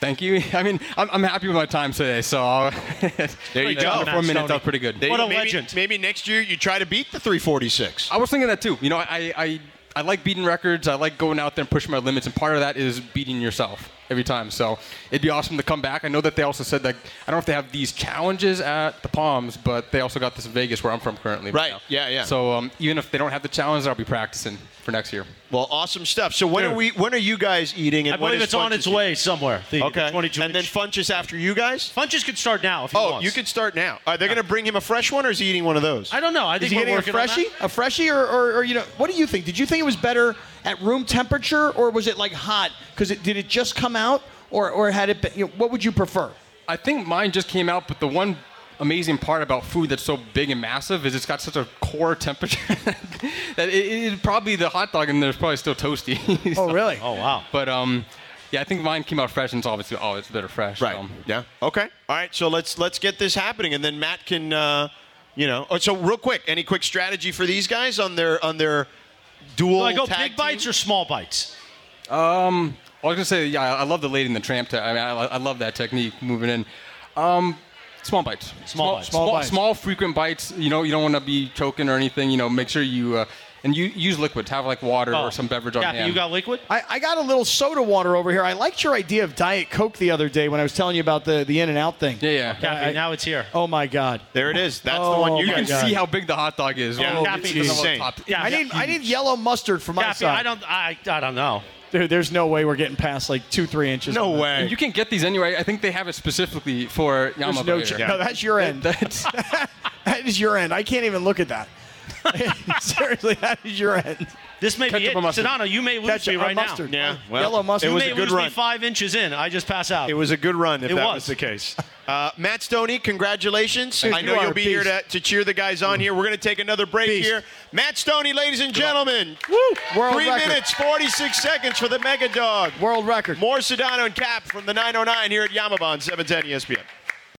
Thank you. I mean, I'm, I'm happy with my time today, so I'll There you go. Four minutes, that's pretty good. They- maybe, Maybe next year you try to beat the 346. I was thinking that too. You know, I, I I like beating records. I like going out there and pushing my limits, and part of that is beating yourself every time. So it'd be awesome to come back. I know that they also said like I don't know if they have these challenges at the Palms, but they also got this in Vegas where I'm from currently. Right. now. Yeah, yeah. So um, even if they don't have the challenge, I'll be practicing for next year. Well, awesome stuff. So when are we? When are you guys eating? And I when believe is it's on Funches its way somewhere. The, the Okay. 22 and then inch. Funches after you guys. Funches could start now if he Oh, wants. you could start now. Are they going to bring him a fresh one, or is he eating one of those? I don't know. I Is think he we're getting a working on that. freshie? A freshie, or, or, or you know, what do you think? Did you think it was better at room temperature, or was it like hot? Because it, did it just come out, or, or had it? Been, you know, what would you prefer? I think mine just came out, but the one amazing part about food that's so big and massive is it's got such a core temperature that it, it, it- probably the hot dog in there is probably still toasty. Oh, really? Oh, wow. But um, yeah, I think mine came out fresh, and it's obviously always better fresh. Right. Um, Yeah. Okay. All right. So let's let's get this happening, and then Matt can, uh, you know. Oh, so real quick, any quick strategy for these guys on their on their dual? Do I go big tag team? bites or small bites? Um, I was gonna say, yeah, I I love the lady in the tramp. Te- I mean, I, I love that technique moving in. Um, small bites. Small bites. Small, Small bites. small, frequent bites. You know, you don't want to be choking or anything. You know, make sure you uh, and you use liquids. Have like water Oh. or some beverage on Cappy, hand. you got liquid? I, I got a little soda water over here. I liked your idea of Diet Coke the other day when I was telling you about the, the in and out thing. yeah, yeah. Cappy, now it's here. Oh my God. There it is. That's the one Oh you You my can God. see how big the hot dog is. Yeah, Oh, Cappy, it's it's on the insane. top. Yeah, I need I need yellow mustard for my Cappy, side. I don't. I, I don't know. Dude, there's no way we're getting past like two, three inches. No on that. way. And you can get these anyway. I think they have it specifically for There's Yama. no, Burger. ch- no, that's your end. That's- that is your end. I can't even look at that. Seriously, that is your end. This may Ketchup be it. or mustard? Sedano, you may lose Ketchup me or right now. mustard? Yeah, well, Yellow mustard. You it was may a good lose me run. five inches in. I just pass out. It was a good run if It that was. was. the case. Uh, Matt Stoney, congratulations. Dude, I you know are you'll a be here to, beast. to cheer the guys on here. We're going to take another break Beast. here. Matt Stoney, ladies and gentlemen. Woo! World Three record. minutes, 46 seconds oh for the Mega Dog. World record. More Sedano and Cap from the 909 here at Yamabon 710 ESPN.